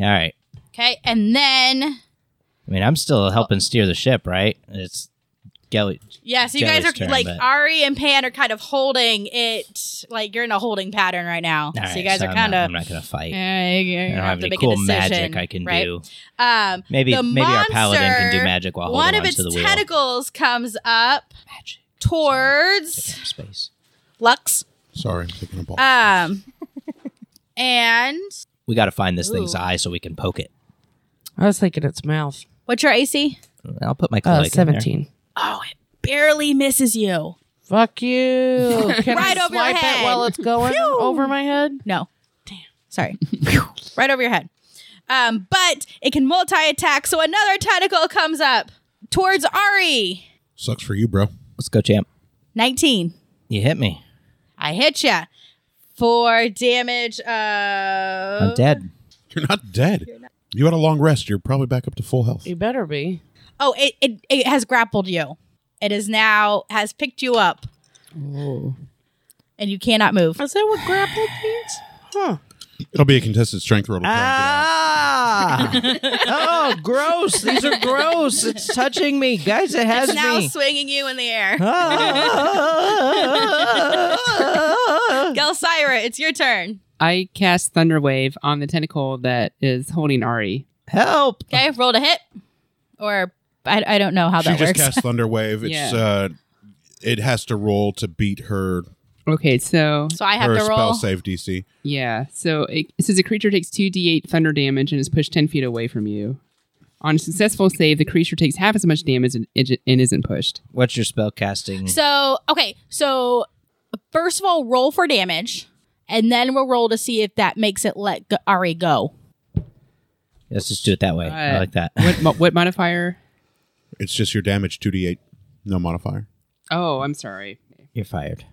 Speaker 4: right.
Speaker 2: Okay. And then.
Speaker 4: I mean, I'm still helping steer the ship, right? It's Gelly.
Speaker 2: Yeah, so you
Speaker 4: Jelly's
Speaker 2: guys are
Speaker 4: turn,
Speaker 2: like
Speaker 4: but-
Speaker 2: Ari and Pan are kind of holding it, like you're in a holding pattern right now.
Speaker 4: All
Speaker 2: so you
Speaker 4: right,
Speaker 2: guys
Speaker 4: so
Speaker 2: are
Speaker 4: I'm
Speaker 2: kind
Speaker 4: not-
Speaker 2: of
Speaker 4: I'm not going to fight.
Speaker 2: Yeah, you- you're
Speaker 4: I
Speaker 2: gonna
Speaker 4: don't have
Speaker 2: to
Speaker 4: any
Speaker 2: make a
Speaker 4: cool
Speaker 2: decision,
Speaker 4: magic I can
Speaker 2: right?
Speaker 4: do.
Speaker 2: Um,
Speaker 4: Maybe
Speaker 2: the
Speaker 4: maybe our paladin can do
Speaker 2: monster,
Speaker 4: magic while
Speaker 2: One
Speaker 4: holding
Speaker 2: of
Speaker 4: onto
Speaker 2: its
Speaker 4: the wheel.
Speaker 2: tentacles comes up
Speaker 4: Magic.
Speaker 2: towards
Speaker 4: Space.
Speaker 2: Lux,
Speaker 3: Sorry, I'm picking up all.
Speaker 2: um, and
Speaker 4: We got to find this thing's
Speaker 2: Ooh.
Speaker 4: eye so we can poke it.
Speaker 7: I was thinking its mouth.
Speaker 2: what's your AC?
Speaker 4: I'll put my
Speaker 7: Uh,
Speaker 4: cloak in
Speaker 7: 17.
Speaker 2: Oh, it barely misses you.
Speaker 7: Fuck you. Can
Speaker 2: Right
Speaker 7: I
Speaker 2: over your
Speaker 7: swipe
Speaker 2: head.
Speaker 7: it while it's going over my head?
Speaker 2: No. Damn. Sorry. Phew. right over your head. Um, but it can multi attack, so another tentacle comes up towards Ari.
Speaker 3: Sucks for you, bro.
Speaker 4: there. Let's go, champ.
Speaker 2: 19.
Speaker 4: You hit me.
Speaker 2: I hit ya for damage uh,
Speaker 4: I'm
Speaker 2: of.
Speaker 4: dead.
Speaker 3: You're not dead. You had a long rest. You're probably back up to full health.
Speaker 7: You better be.
Speaker 2: Oh, it, it, it has grappled you. It is now, has picked you up,
Speaker 1: oh.
Speaker 2: and you cannot move.
Speaker 7: Is that what grappled means? Huh.
Speaker 3: It'll be a contested strength roll. To try and get out.
Speaker 4: Ah! oh, gross! These are gross. It's touching me, guys. It has
Speaker 2: It's now
Speaker 4: me.
Speaker 2: swinging you in the air.
Speaker 4: Ah.
Speaker 2: Gelsira, it's your turn.
Speaker 1: I cast Thunderwave on the tentacle that is holding Ari.
Speaker 4: Help!
Speaker 2: Okay, roll to hit. Or I, I don't know how
Speaker 3: Oh. she
Speaker 2: that
Speaker 3: just
Speaker 2: works.
Speaker 3: cast Thunder Wave. It's
Speaker 1: Yeah.
Speaker 3: uh, it has to roll to beat her
Speaker 1: Okay, so
Speaker 2: so I have
Speaker 3: her
Speaker 2: to
Speaker 3: spell
Speaker 2: roll.
Speaker 3: save DC.
Speaker 1: yeah, so it, it says a creature takes two d8 thunder damage and is pushed ten feet away from you. On a successful save, the creature takes half as much damage and, and isn't pushed.
Speaker 4: What's your spell casting?
Speaker 2: So, okay. So, first of all, roll for damage, and then we'll roll to see if that makes it let go- Ari go.
Speaker 4: Let's just do it that way. I
Speaker 1: Uh,
Speaker 4: like that.
Speaker 1: What mo- what modifier?
Speaker 3: It's just your damage two d eight, no modifier.
Speaker 1: Oh, I'm sorry.
Speaker 4: You're fired.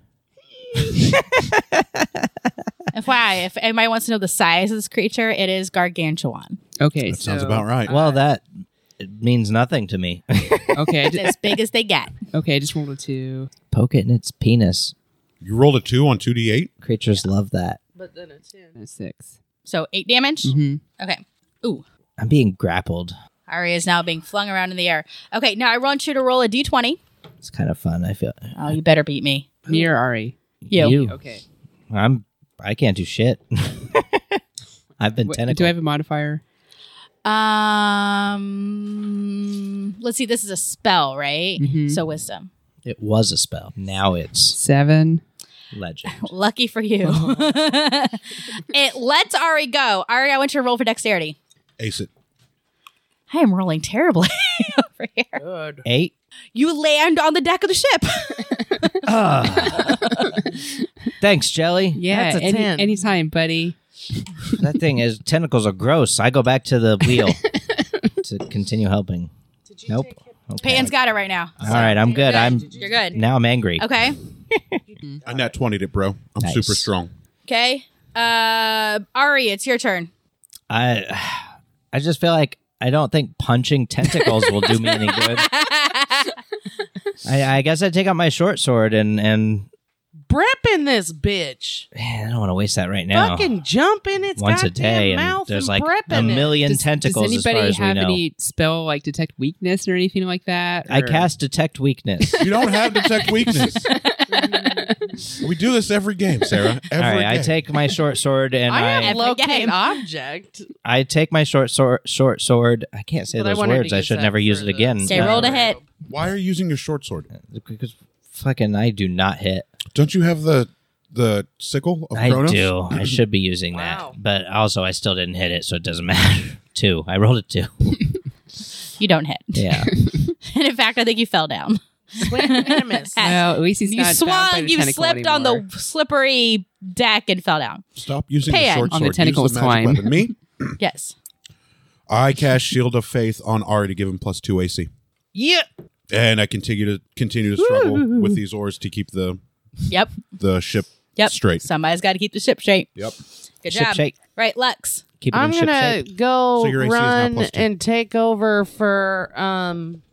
Speaker 2: FYI, if anybody wants to know the size of this creature, it is gargantuan.
Speaker 1: Okay,
Speaker 3: That
Speaker 1: so,
Speaker 3: sounds about right.
Speaker 4: well, that it means nothing to me.
Speaker 1: Okay, I
Speaker 2: It's
Speaker 1: ju-
Speaker 2: as big as they get.
Speaker 1: okay, I just rolled a two.
Speaker 4: Poke it in its penis.
Speaker 3: you rolled a two on two d eight.
Speaker 4: Creatures love that.
Speaker 1: and a six.
Speaker 2: So, eight damage.
Speaker 1: Mhm.
Speaker 2: Okay.
Speaker 4: I'm being grappled.
Speaker 2: Ari is now being flung around in the air. Okay, now I want you to roll a d20.
Speaker 4: It's kind of fun. I feel
Speaker 2: Oh, you better beat me.
Speaker 1: Me or Ari?
Speaker 2: You.
Speaker 1: Okay.
Speaker 4: I'm. I can't do shit. I've been
Speaker 1: Wait,
Speaker 4: tentacled.
Speaker 1: do I have a modifier?
Speaker 2: Um, let's see. This is a spell, right?
Speaker 1: Mhm.
Speaker 2: So wisdom.
Speaker 4: it was a spell. Now it's
Speaker 1: Seven.
Speaker 4: legend.
Speaker 2: Lucky for you. it lets Ari go. Ari, I want you to roll for dexterity.
Speaker 3: Ace it.
Speaker 2: I am rolling terribly over here.
Speaker 4: Eight.
Speaker 2: You land on the deck of the ship.
Speaker 4: Ah. Thanks, Jelly.
Speaker 1: Yeah,
Speaker 7: That's a
Speaker 1: any,
Speaker 7: 10.
Speaker 1: anytime, buddy.
Speaker 4: That thing is tentacles are gross. I go back to the wheel to continue helping. nope. Okay.
Speaker 2: Pan's got it right now.
Speaker 4: All right, I'm good. I'm
Speaker 2: You're good.
Speaker 4: now I'm angry.
Speaker 2: Okay.
Speaker 3: I nat twenty it, bro. I'm
Speaker 4: Nice.
Speaker 3: super strong.
Speaker 2: Okay. Uh, Ari, it's your turn.
Speaker 4: I I just feel like I don't think punching tentacles will do me any good. I, I guess I take out my short sword and and
Speaker 7: Brep in this bitch.
Speaker 4: man, I don't want to waste that right now.
Speaker 7: Fucking jump in its
Speaker 4: Once a
Speaker 7: goddamn
Speaker 4: day, and
Speaker 7: mouth
Speaker 4: there's
Speaker 7: and
Speaker 4: like
Speaker 7: Brep
Speaker 4: a
Speaker 7: in it.
Speaker 4: million tentacles.
Speaker 1: Does
Speaker 4: as far
Speaker 1: anybody
Speaker 4: as we
Speaker 1: have
Speaker 4: know.
Speaker 1: any spell like detect weakness or anything like that?
Speaker 4: I
Speaker 1: or-
Speaker 4: cast detect weakness.
Speaker 3: You don't have detect weakness. we do this every game, Sarah.
Speaker 4: All
Speaker 3: Every
Speaker 4: right, I
Speaker 3: game.
Speaker 4: take my short sword and
Speaker 7: I
Speaker 4: I,
Speaker 7: have
Speaker 2: Every
Speaker 7: locate
Speaker 2: game.
Speaker 7: object.
Speaker 4: I take my short sword short sword. I can't say
Speaker 7: But I
Speaker 4: those
Speaker 7: wanted to
Speaker 4: words. I
Speaker 7: use
Speaker 4: should
Speaker 7: that
Speaker 4: never use
Speaker 7: for
Speaker 4: it
Speaker 7: the-
Speaker 4: again. Uh,
Speaker 2: Okay, roll to hit.
Speaker 3: Why are you using your short sword?
Speaker 4: Because fucking I do not hit.
Speaker 3: Don't you have the the sickle of
Speaker 4: I
Speaker 3: Kronos?
Speaker 4: do. I should be using
Speaker 7: Wow.
Speaker 4: that. But also I still didn't hit it, so it doesn't matter. two. I rolled a two.
Speaker 2: You don't hit.
Speaker 4: Yeah.
Speaker 2: And in fact, I think you fell down.
Speaker 7: Slam and a miss.
Speaker 1: Well, at least he's
Speaker 2: you
Speaker 1: not bound by
Speaker 2: swung,
Speaker 1: the
Speaker 2: you
Speaker 1: tentacle
Speaker 2: slipped on
Speaker 1: anymore.
Speaker 2: the slippery deck and fell down.
Speaker 3: Stop using
Speaker 2: Pan.
Speaker 3: the short
Speaker 1: On
Speaker 3: sword.
Speaker 1: the
Speaker 3: Use
Speaker 1: tentacles
Speaker 3: magic
Speaker 1: twine.
Speaker 3: weapon. Me,
Speaker 2: Yes.
Speaker 3: I cast Shield of Faith on Ari to give him plus two AC,
Speaker 4: yeah.
Speaker 3: and I continue to continue to struggle with these oars to keep the
Speaker 2: Yep.
Speaker 3: the ship
Speaker 2: Yep.
Speaker 3: straight.
Speaker 2: Somebody's got to keep the ship straight.
Speaker 3: Yep.
Speaker 2: Good
Speaker 4: Ship
Speaker 2: job.
Speaker 4: shake.
Speaker 2: Right, Lux.
Speaker 4: Keep it
Speaker 7: I'm
Speaker 4: in ship
Speaker 7: gonna
Speaker 4: shape.
Speaker 7: go
Speaker 3: So your AC is now
Speaker 7: run
Speaker 3: plus two.
Speaker 7: and take over for um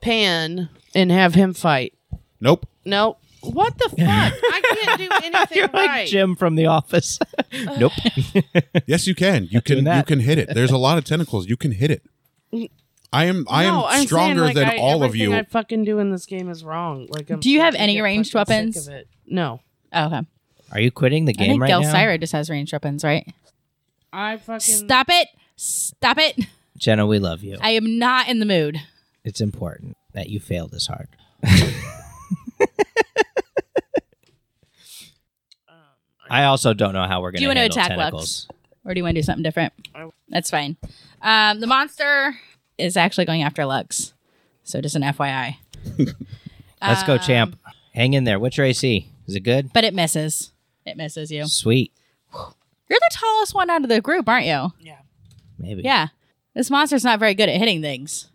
Speaker 7: Pan and have him fight.
Speaker 3: Nope.
Speaker 7: Nope. What the fuck? I can't do anything
Speaker 4: You're like
Speaker 7: right.
Speaker 4: Jim from The Office. nope.
Speaker 3: Yes, you can. You
Speaker 4: doing
Speaker 3: can. You
Speaker 4: that.
Speaker 3: can hit it. There's a lot of tentacles. You can hit it. I am. I am
Speaker 7: No, I'm saying,
Speaker 3: stronger
Speaker 7: like,
Speaker 3: than
Speaker 7: I-
Speaker 3: all of
Speaker 7: everything
Speaker 3: you.
Speaker 7: I fucking do in this game is wrong. Like, I'm
Speaker 2: Do you have
Speaker 7: starting to
Speaker 2: any
Speaker 7: get
Speaker 2: ranged
Speaker 7: fucking sick
Speaker 2: weapons?
Speaker 7: of it. No,
Speaker 2: Oh, okay.
Speaker 4: Are you quitting the
Speaker 2: I
Speaker 4: game
Speaker 2: think
Speaker 4: right now?
Speaker 2: Gelsira just has ranged weapons, right?
Speaker 7: I fucking
Speaker 2: Stop it. Stop it.
Speaker 4: Jenna, we love you.
Speaker 2: I am not in the mood.
Speaker 4: it's important that you fail this hard. I also don't know how we're going
Speaker 2: Um, you wanna
Speaker 4: handle
Speaker 2: attack
Speaker 4: tentacles.
Speaker 2: Or do you want to do something different? That's fine. Um, the monster is actually going after Lux. So just an FYI.
Speaker 4: Let's
Speaker 2: Um,
Speaker 4: go, champ. Hang in there. What's your AC? Is it good?
Speaker 2: But it misses. It misses you.
Speaker 4: Sweet.
Speaker 2: You're the tallest one out of the group, aren't you?
Speaker 4: Maybe.
Speaker 2: Yeah. This monster's not very good at hitting things.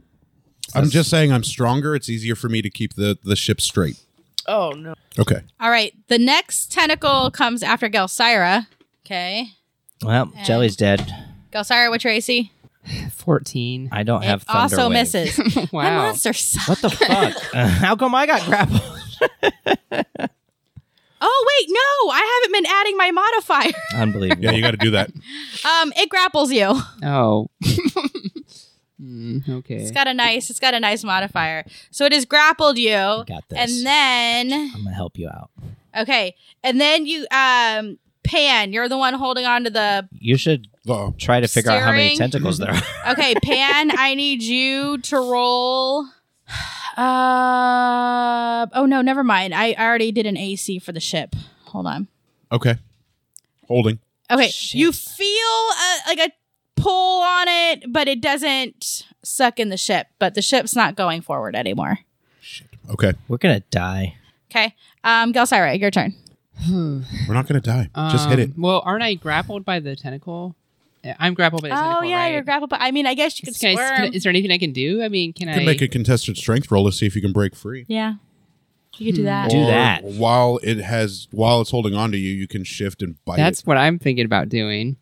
Speaker 3: I'm just saying. I'm stronger. It's easier for me to keep the the ship straight.
Speaker 7: Oh no.
Speaker 3: Okay.
Speaker 2: All right. The next tentacle comes after Gelsira. Okay.
Speaker 4: Well, Jelly's dead.
Speaker 2: Gelsira, what's your AC?
Speaker 1: fourteen.
Speaker 4: I don't have
Speaker 2: it
Speaker 4: thunder
Speaker 2: also
Speaker 4: wave.
Speaker 2: misses. My
Speaker 1: Wow.
Speaker 2: monster sucks.
Speaker 4: What the fuck? Uh, how come I got grappled?
Speaker 2: Oh, Oh wait, no, I haven't been adding my modifier.
Speaker 4: Unbelievable.
Speaker 3: Yeah, you got to do that.
Speaker 2: Um, it grapples you.
Speaker 1: Oh. Mm, okay.
Speaker 2: It's got a nice, it's got a nice modifier. So it has grappled you,
Speaker 4: Got this.
Speaker 2: and then
Speaker 4: I'm gonna help you out.
Speaker 2: okay, and then you um pan. You're the one holding on to the
Speaker 4: You should
Speaker 3: Oh,
Speaker 4: try to figure out how many
Speaker 2: Steering.
Speaker 4: tentacles there are.
Speaker 2: okay pan. I need you to roll. Uh oh no, never mind. I, I already did an AC for the ship. Hold on.
Speaker 3: okay. Holding.
Speaker 2: Okay,
Speaker 4: Shit.
Speaker 2: you feel uh like a pull on it, but it doesn't suck in the ship. But the ship's not going forward anymore.
Speaker 3: Okay.
Speaker 4: We're gonna die.
Speaker 2: Okay, um, Gelsira, your turn.
Speaker 3: We're not going to die. Just hit it.
Speaker 1: Um, Well, aren't I grappled by the tentacle? Yeah, I'm grappled by the
Speaker 2: Oh
Speaker 1: tentacle.
Speaker 2: yeah,
Speaker 1: right?
Speaker 2: you're grappled. But I mean, I guess you could
Speaker 1: Is- can I-
Speaker 2: squirm.
Speaker 1: can- is there anything I can do? I mean, can
Speaker 3: You
Speaker 1: I?
Speaker 3: can make
Speaker 4: Um,
Speaker 3: a contested strength roll to see if you can break free.
Speaker 2: yeah, you could do that.
Speaker 1: Hmm.
Speaker 4: Do
Speaker 3: Or
Speaker 4: that.
Speaker 3: While it has while it's holding on to you, you can shift and bite
Speaker 1: That's what I'm thinking about doing.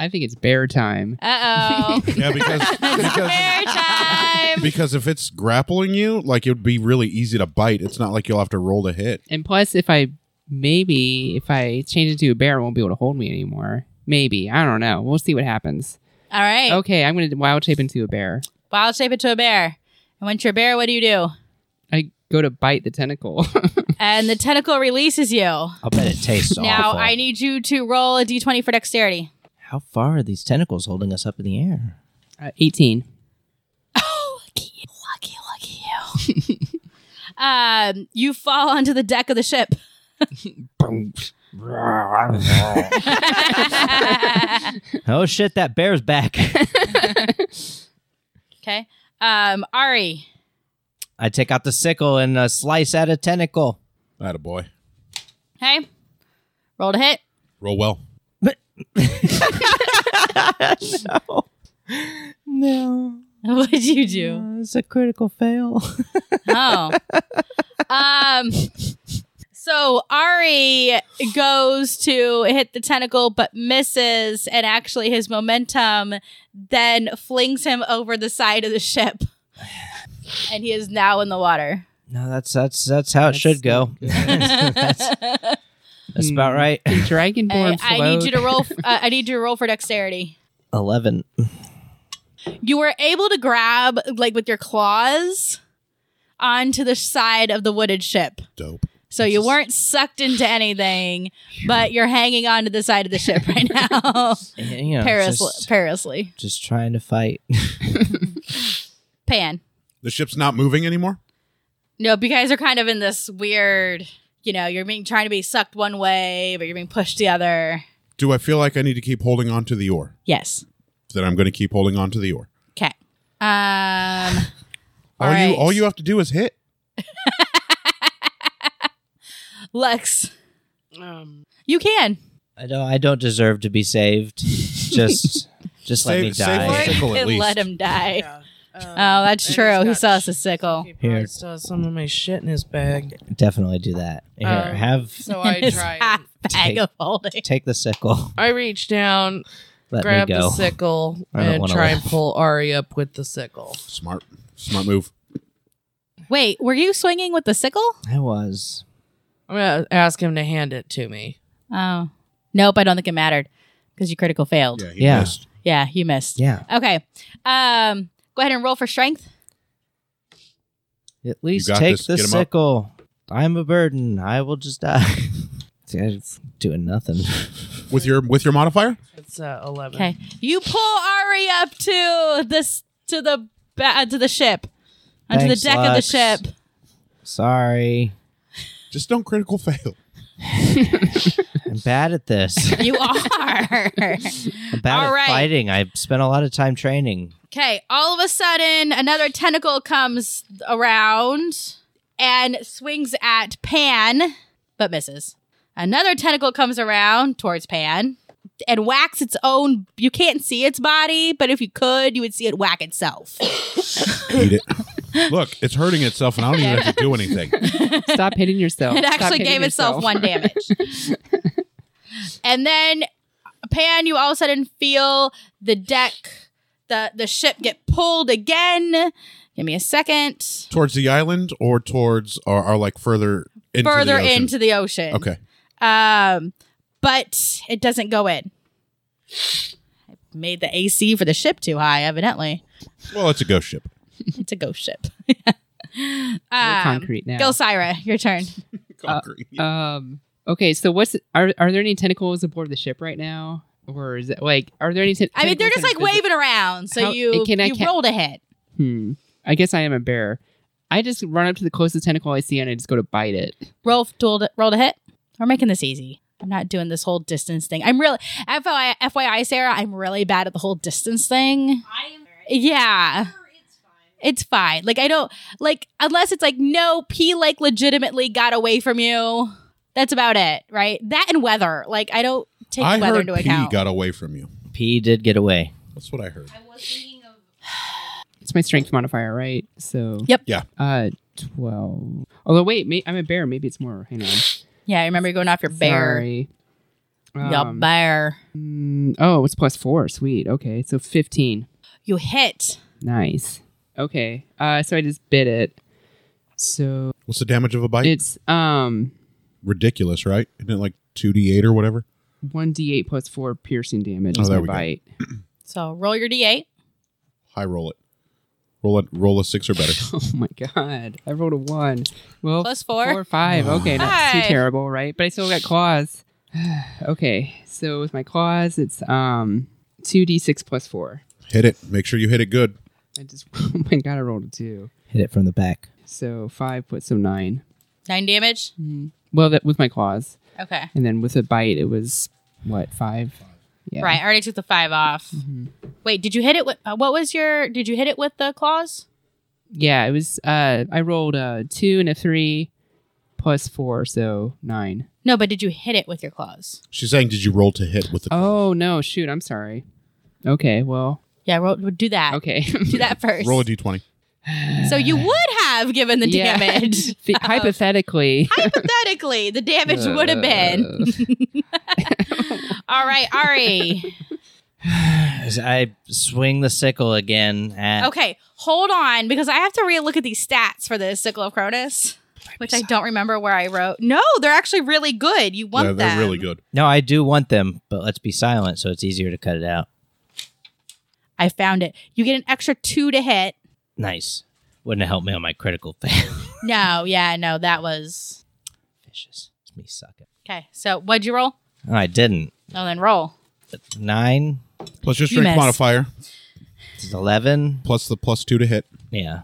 Speaker 1: I think it's bear time.
Speaker 2: Uh oh,
Speaker 3: it. Yeah, because because
Speaker 2: bear time.
Speaker 3: because if it's grappling you, like it would be really easy to bite. It's not like you'll have to roll to hit.
Speaker 1: And plus, if I maybe if I change into a bear, it won't be able to hold me anymore. Maybe I don't know. We'll see what happens.
Speaker 2: All right,
Speaker 1: Okay, I'm going to wild shape into a bear.
Speaker 2: wild shape it to a bear. And once you're a bear, what do you do?
Speaker 1: I go to bite the tentacle.
Speaker 2: And the tentacle releases you.
Speaker 4: I'll bet it tastes
Speaker 2: Now
Speaker 4: awful.
Speaker 2: I need you to roll a d20 for dexterity.
Speaker 4: how far are these tentacles holding us up in the air?
Speaker 1: uh, 18.
Speaker 2: Oh, lucky you, lucky, lucky you. um, you fall onto the deck of the ship.
Speaker 4: Oh shit, that bear's back.
Speaker 2: Okay. Um, Ari.
Speaker 4: I take out the sickle and uh, slice at a tentacle.
Speaker 3: That a boy.
Speaker 2: Okay. Roll to hit.
Speaker 3: Roll well.
Speaker 4: No, Uh,
Speaker 2: What did you do?
Speaker 4: it's a critical fail.
Speaker 2: Oh. um. So Ari goes to hit the tentacle, but misses, and actually his momentum then flings him over the side of the ship, and he is now in the water.
Speaker 4: No, that's that's that's how it should go. that's that's
Speaker 2: Hmm.
Speaker 4: about right.
Speaker 1: Dragonborn
Speaker 2: I, I need
Speaker 1: float.
Speaker 2: you to roll. f- Uh, I need you to roll for dexterity.
Speaker 4: Eleven.
Speaker 2: You were able to grab, like with your claws, onto the side of the wooded ship,
Speaker 3: Dope.
Speaker 2: so you weren't sucked into anything, but you're hanging onto the side of the ship right now,
Speaker 4: And, You know,
Speaker 2: Paris,
Speaker 4: just,
Speaker 2: perilously.
Speaker 4: just trying to fight.
Speaker 2: Pan.
Speaker 3: The ship's not moving anymore?
Speaker 2: No, you guys are kind of in this weird. You know, you're being trying to be sucked one way, but you're being pushed the other.
Speaker 3: Do I feel like I need to keep holding on to the oar?
Speaker 2: Yes.
Speaker 3: Then I'm going to keep holding on to the oar.
Speaker 2: Okay. Um.
Speaker 3: All,
Speaker 2: All
Speaker 3: you
Speaker 2: right.
Speaker 3: all you have to do is hit.
Speaker 2: Lex.
Speaker 7: Um,
Speaker 2: you can.
Speaker 4: I don't. I don't deserve to be saved. Just, just let
Speaker 3: Save-
Speaker 4: me
Speaker 3: save
Speaker 4: die.
Speaker 3: the sickle at
Speaker 2: and
Speaker 3: least.
Speaker 2: let him die.
Speaker 7: Oh,
Speaker 2: that's true. He saw us a sickle.
Speaker 7: He
Speaker 4: Here.
Speaker 7: probably still has some of my shit in his bag.
Speaker 4: Definitely do that. Here,
Speaker 7: Um,
Speaker 4: have
Speaker 7: So I
Speaker 2: His
Speaker 7: try.
Speaker 2: half
Speaker 7: and-
Speaker 2: bag
Speaker 4: Take-
Speaker 2: of holding.
Speaker 4: take the sickle.
Speaker 7: I reach down,
Speaker 4: Let
Speaker 7: grab
Speaker 4: me go.
Speaker 7: the sickle,
Speaker 4: I don't
Speaker 7: and
Speaker 4: wanna
Speaker 7: try
Speaker 4: laugh.
Speaker 7: and pull Ari up with the sickle.
Speaker 3: Smart. Smart move.
Speaker 2: Wait, were you swinging with the sickle?
Speaker 4: I was.
Speaker 7: I'm gonna ask him to hand it to me.
Speaker 2: Oh, nope. I don't think it mattered because you critical failed. Yeah,
Speaker 3: he
Speaker 4: Yeah.
Speaker 3: missed.
Speaker 2: you missed.
Speaker 4: Yeah.
Speaker 2: Okay. Um, go ahead and roll for strength.
Speaker 4: At least
Speaker 3: got
Speaker 4: take
Speaker 3: this.
Speaker 4: the
Speaker 3: Get 'em up.
Speaker 4: sickle. I'm a burden. I will just die. See, I'm doing nothing.
Speaker 3: With your with your modifier?
Speaker 7: It's uh, eleven.
Speaker 2: Okay, you pull Ari up to this to the ba- to the ship onto
Speaker 4: Thanks,
Speaker 2: the deck
Speaker 4: Lux.
Speaker 2: of the ship.
Speaker 4: Sorry.
Speaker 3: Just don't critical fail.
Speaker 4: I'm bad at this.
Speaker 2: You are.
Speaker 4: I'm bad
Speaker 2: All
Speaker 4: at
Speaker 2: right.
Speaker 4: fighting. I spent a lot of time training.
Speaker 2: Okay, all of a sudden, another tentacle comes around and swings at Pan, but misses. Another tentacle comes around towards Pan and whacks its own. You can't see its body, but if you could, you would see it whack itself.
Speaker 3: Eat it. Look, it's hurting itself and I don't even have to do anything.
Speaker 1: Stop hitting yourself.
Speaker 2: It
Speaker 1: Oh, Stop
Speaker 2: actually
Speaker 1: hitting
Speaker 2: gave itself
Speaker 1: yourself.
Speaker 2: one damage. and then, Pan, you all of a sudden feel the deck, the, the ship get pulled again. Give me a second.
Speaker 3: Towards the island or towards or, or like further into
Speaker 2: Further
Speaker 3: the ocean?
Speaker 2: into the ocean.
Speaker 3: Okay.
Speaker 2: Um, but it doesn't go in. I made the AC for the ship too high, evidently.
Speaker 3: Well, it's a ghost ship.
Speaker 2: It's a ghost ship.
Speaker 1: We're
Speaker 2: um,
Speaker 1: concrete now.
Speaker 2: Gilcyra, your turn. Uh,
Speaker 3: Concrete.
Speaker 1: Um. Okay. So what's are are there any tentacles aboard the ship right now, or is it like are there any? Ten-
Speaker 2: I mean, they're just
Speaker 1: tentacles
Speaker 2: like
Speaker 1: in the-
Speaker 2: waving around, so
Speaker 1: How-
Speaker 2: you
Speaker 1: can I
Speaker 2: you
Speaker 1: ca-
Speaker 2: rolled a hit.
Speaker 1: Hmm. I guess I am a bear. I just run up to the closest tentacle I see and I just go to bite it.
Speaker 2: Roll rolled, rolled a hit. We're making this easy. I'm not doing this whole distance thing. I'm really FYI, FYI Sarah. I'm really bad at the whole distance thing. I am. Yeah. It's fine. Like I don't like unless it's like no P like legitimately got away from you. That's about it, right? That and weather. Like I don't take
Speaker 3: I
Speaker 2: weather
Speaker 3: heard
Speaker 2: into
Speaker 3: P
Speaker 2: account.
Speaker 3: got away from you.
Speaker 4: P did get away.
Speaker 3: That's what I heard.
Speaker 1: It's my strength modifier, right? So
Speaker 2: Yep.
Speaker 3: Yeah.
Speaker 1: Uh, twelve. Although wait, may- I'm a bear. Maybe it's more. Hang on.
Speaker 2: yeah, I remember you going off your bear.
Speaker 1: Sorry.
Speaker 2: your
Speaker 1: Um,
Speaker 2: bear.
Speaker 1: mm, oh, it's plus four. Sweet. Okay, so fifteen.
Speaker 2: You hit.
Speaker 1: Nice. Okay. Uh, so I just bit it. So
Speaker 3: What's the damage of a bite?
Speaker 1: it's um
Speaker 3: Ridiculous, right? Isn't it like two d eight or whatever?
Speaker 1: one d eight plus four piercing damage.
Speaker 3: Oh,
Speaker 1: is
Speaker 3: there
Speaker 1: my
Speaker 3: we go.
Speaker 1: bite.
Speaker 2: So roll your d8.
Speaker 3: High roll it. Roll it. Roll a six or better.
Speaker 1: Oh my god! I rolled a one. Well,
Speaker 2: Plus four.
Speaker 1: four or five. Okay, not too
Speaker 2: Five.
Speaker 1: terrible, right? But I still got claws. okay, so with my claws, it's um two d six plus four.
Speaker 3: hit it. Make sure you hit it good.
Speaker 1: I just oh my god, I rolled a two.
Speaker 4: Hit it from the back.
Speaker 1: So five plus so nine.
Speaker 2: Nine damage.
Speaker 3: Mm.
Speaker 1: Well, that with my claws,
Speaker 2: Okay.
Speaker 1: and then with a bite, it was what five? Yeah.
Speaker 2: Right, I already took the five off.
Speaker 3: Mm-hmm.
Speaker 2: Wait, did you hit it with uh, what was your? Did you hit it with the claws?
Speaker 1: Yeah, it was. Uh, I rolled a two and a three, plus four, so nine.
Speaker 2: No, but did you hit it with your claws?
Speaker 3: She's saying, did you roll to hit with the?
Speaker 1: Oh no! Shoot, I'm sorry. Okay, well,
Speaker 2: Yeah, roll, do that.
Speaker 1: okay.
Speaker 2: Do that first.
Speaker 3: Roll a d twenty.
Speaker 2: so you would have given the
Speaker 1: Yeah.
Speaker 2: damage.
Speaker 1: Thi- hypothetically,
Speaker 2: Hypothetically, the damage would have been.
Speaker 3: Uh.
Speaker 2: All right, Ari.
Speaker 4: As I swing the sickle again at
Speaker 2: Okay, hold on because I have to re-look at these stats for the Sickle of Cronus, which I don't remember where I wrote. No, they're actually really good. You want
Speaker 3: Yeah, they're
Speaker 2: them.
Speaker 3: really good.
Speaker 4: No, I do want them, but let's be silent so it's easier to cut it out.
Speaker 2: I found it. You get an extra two to hit.
Speaker 4: Nice. Wouldn't have helped me on my critical fail.
Speaker 2: No, yeah, no, that was
Speaker 4: Vicious. It's me sucking.
Speaker 2: okay. So what'd you roll?
Speaker 4: No, I didn't.
Speaker 2: Oh, then roll.
Speaker 4: Nine
Speaker 3: Plus your
Speaker 2: You
Speaker 3: strength
Speaker 2: missed.
Speaker 3: modifier.
Speaker 4: is eleven.
Speaker 3: Plus the plus two to hit.
Speaker 4: Yeah.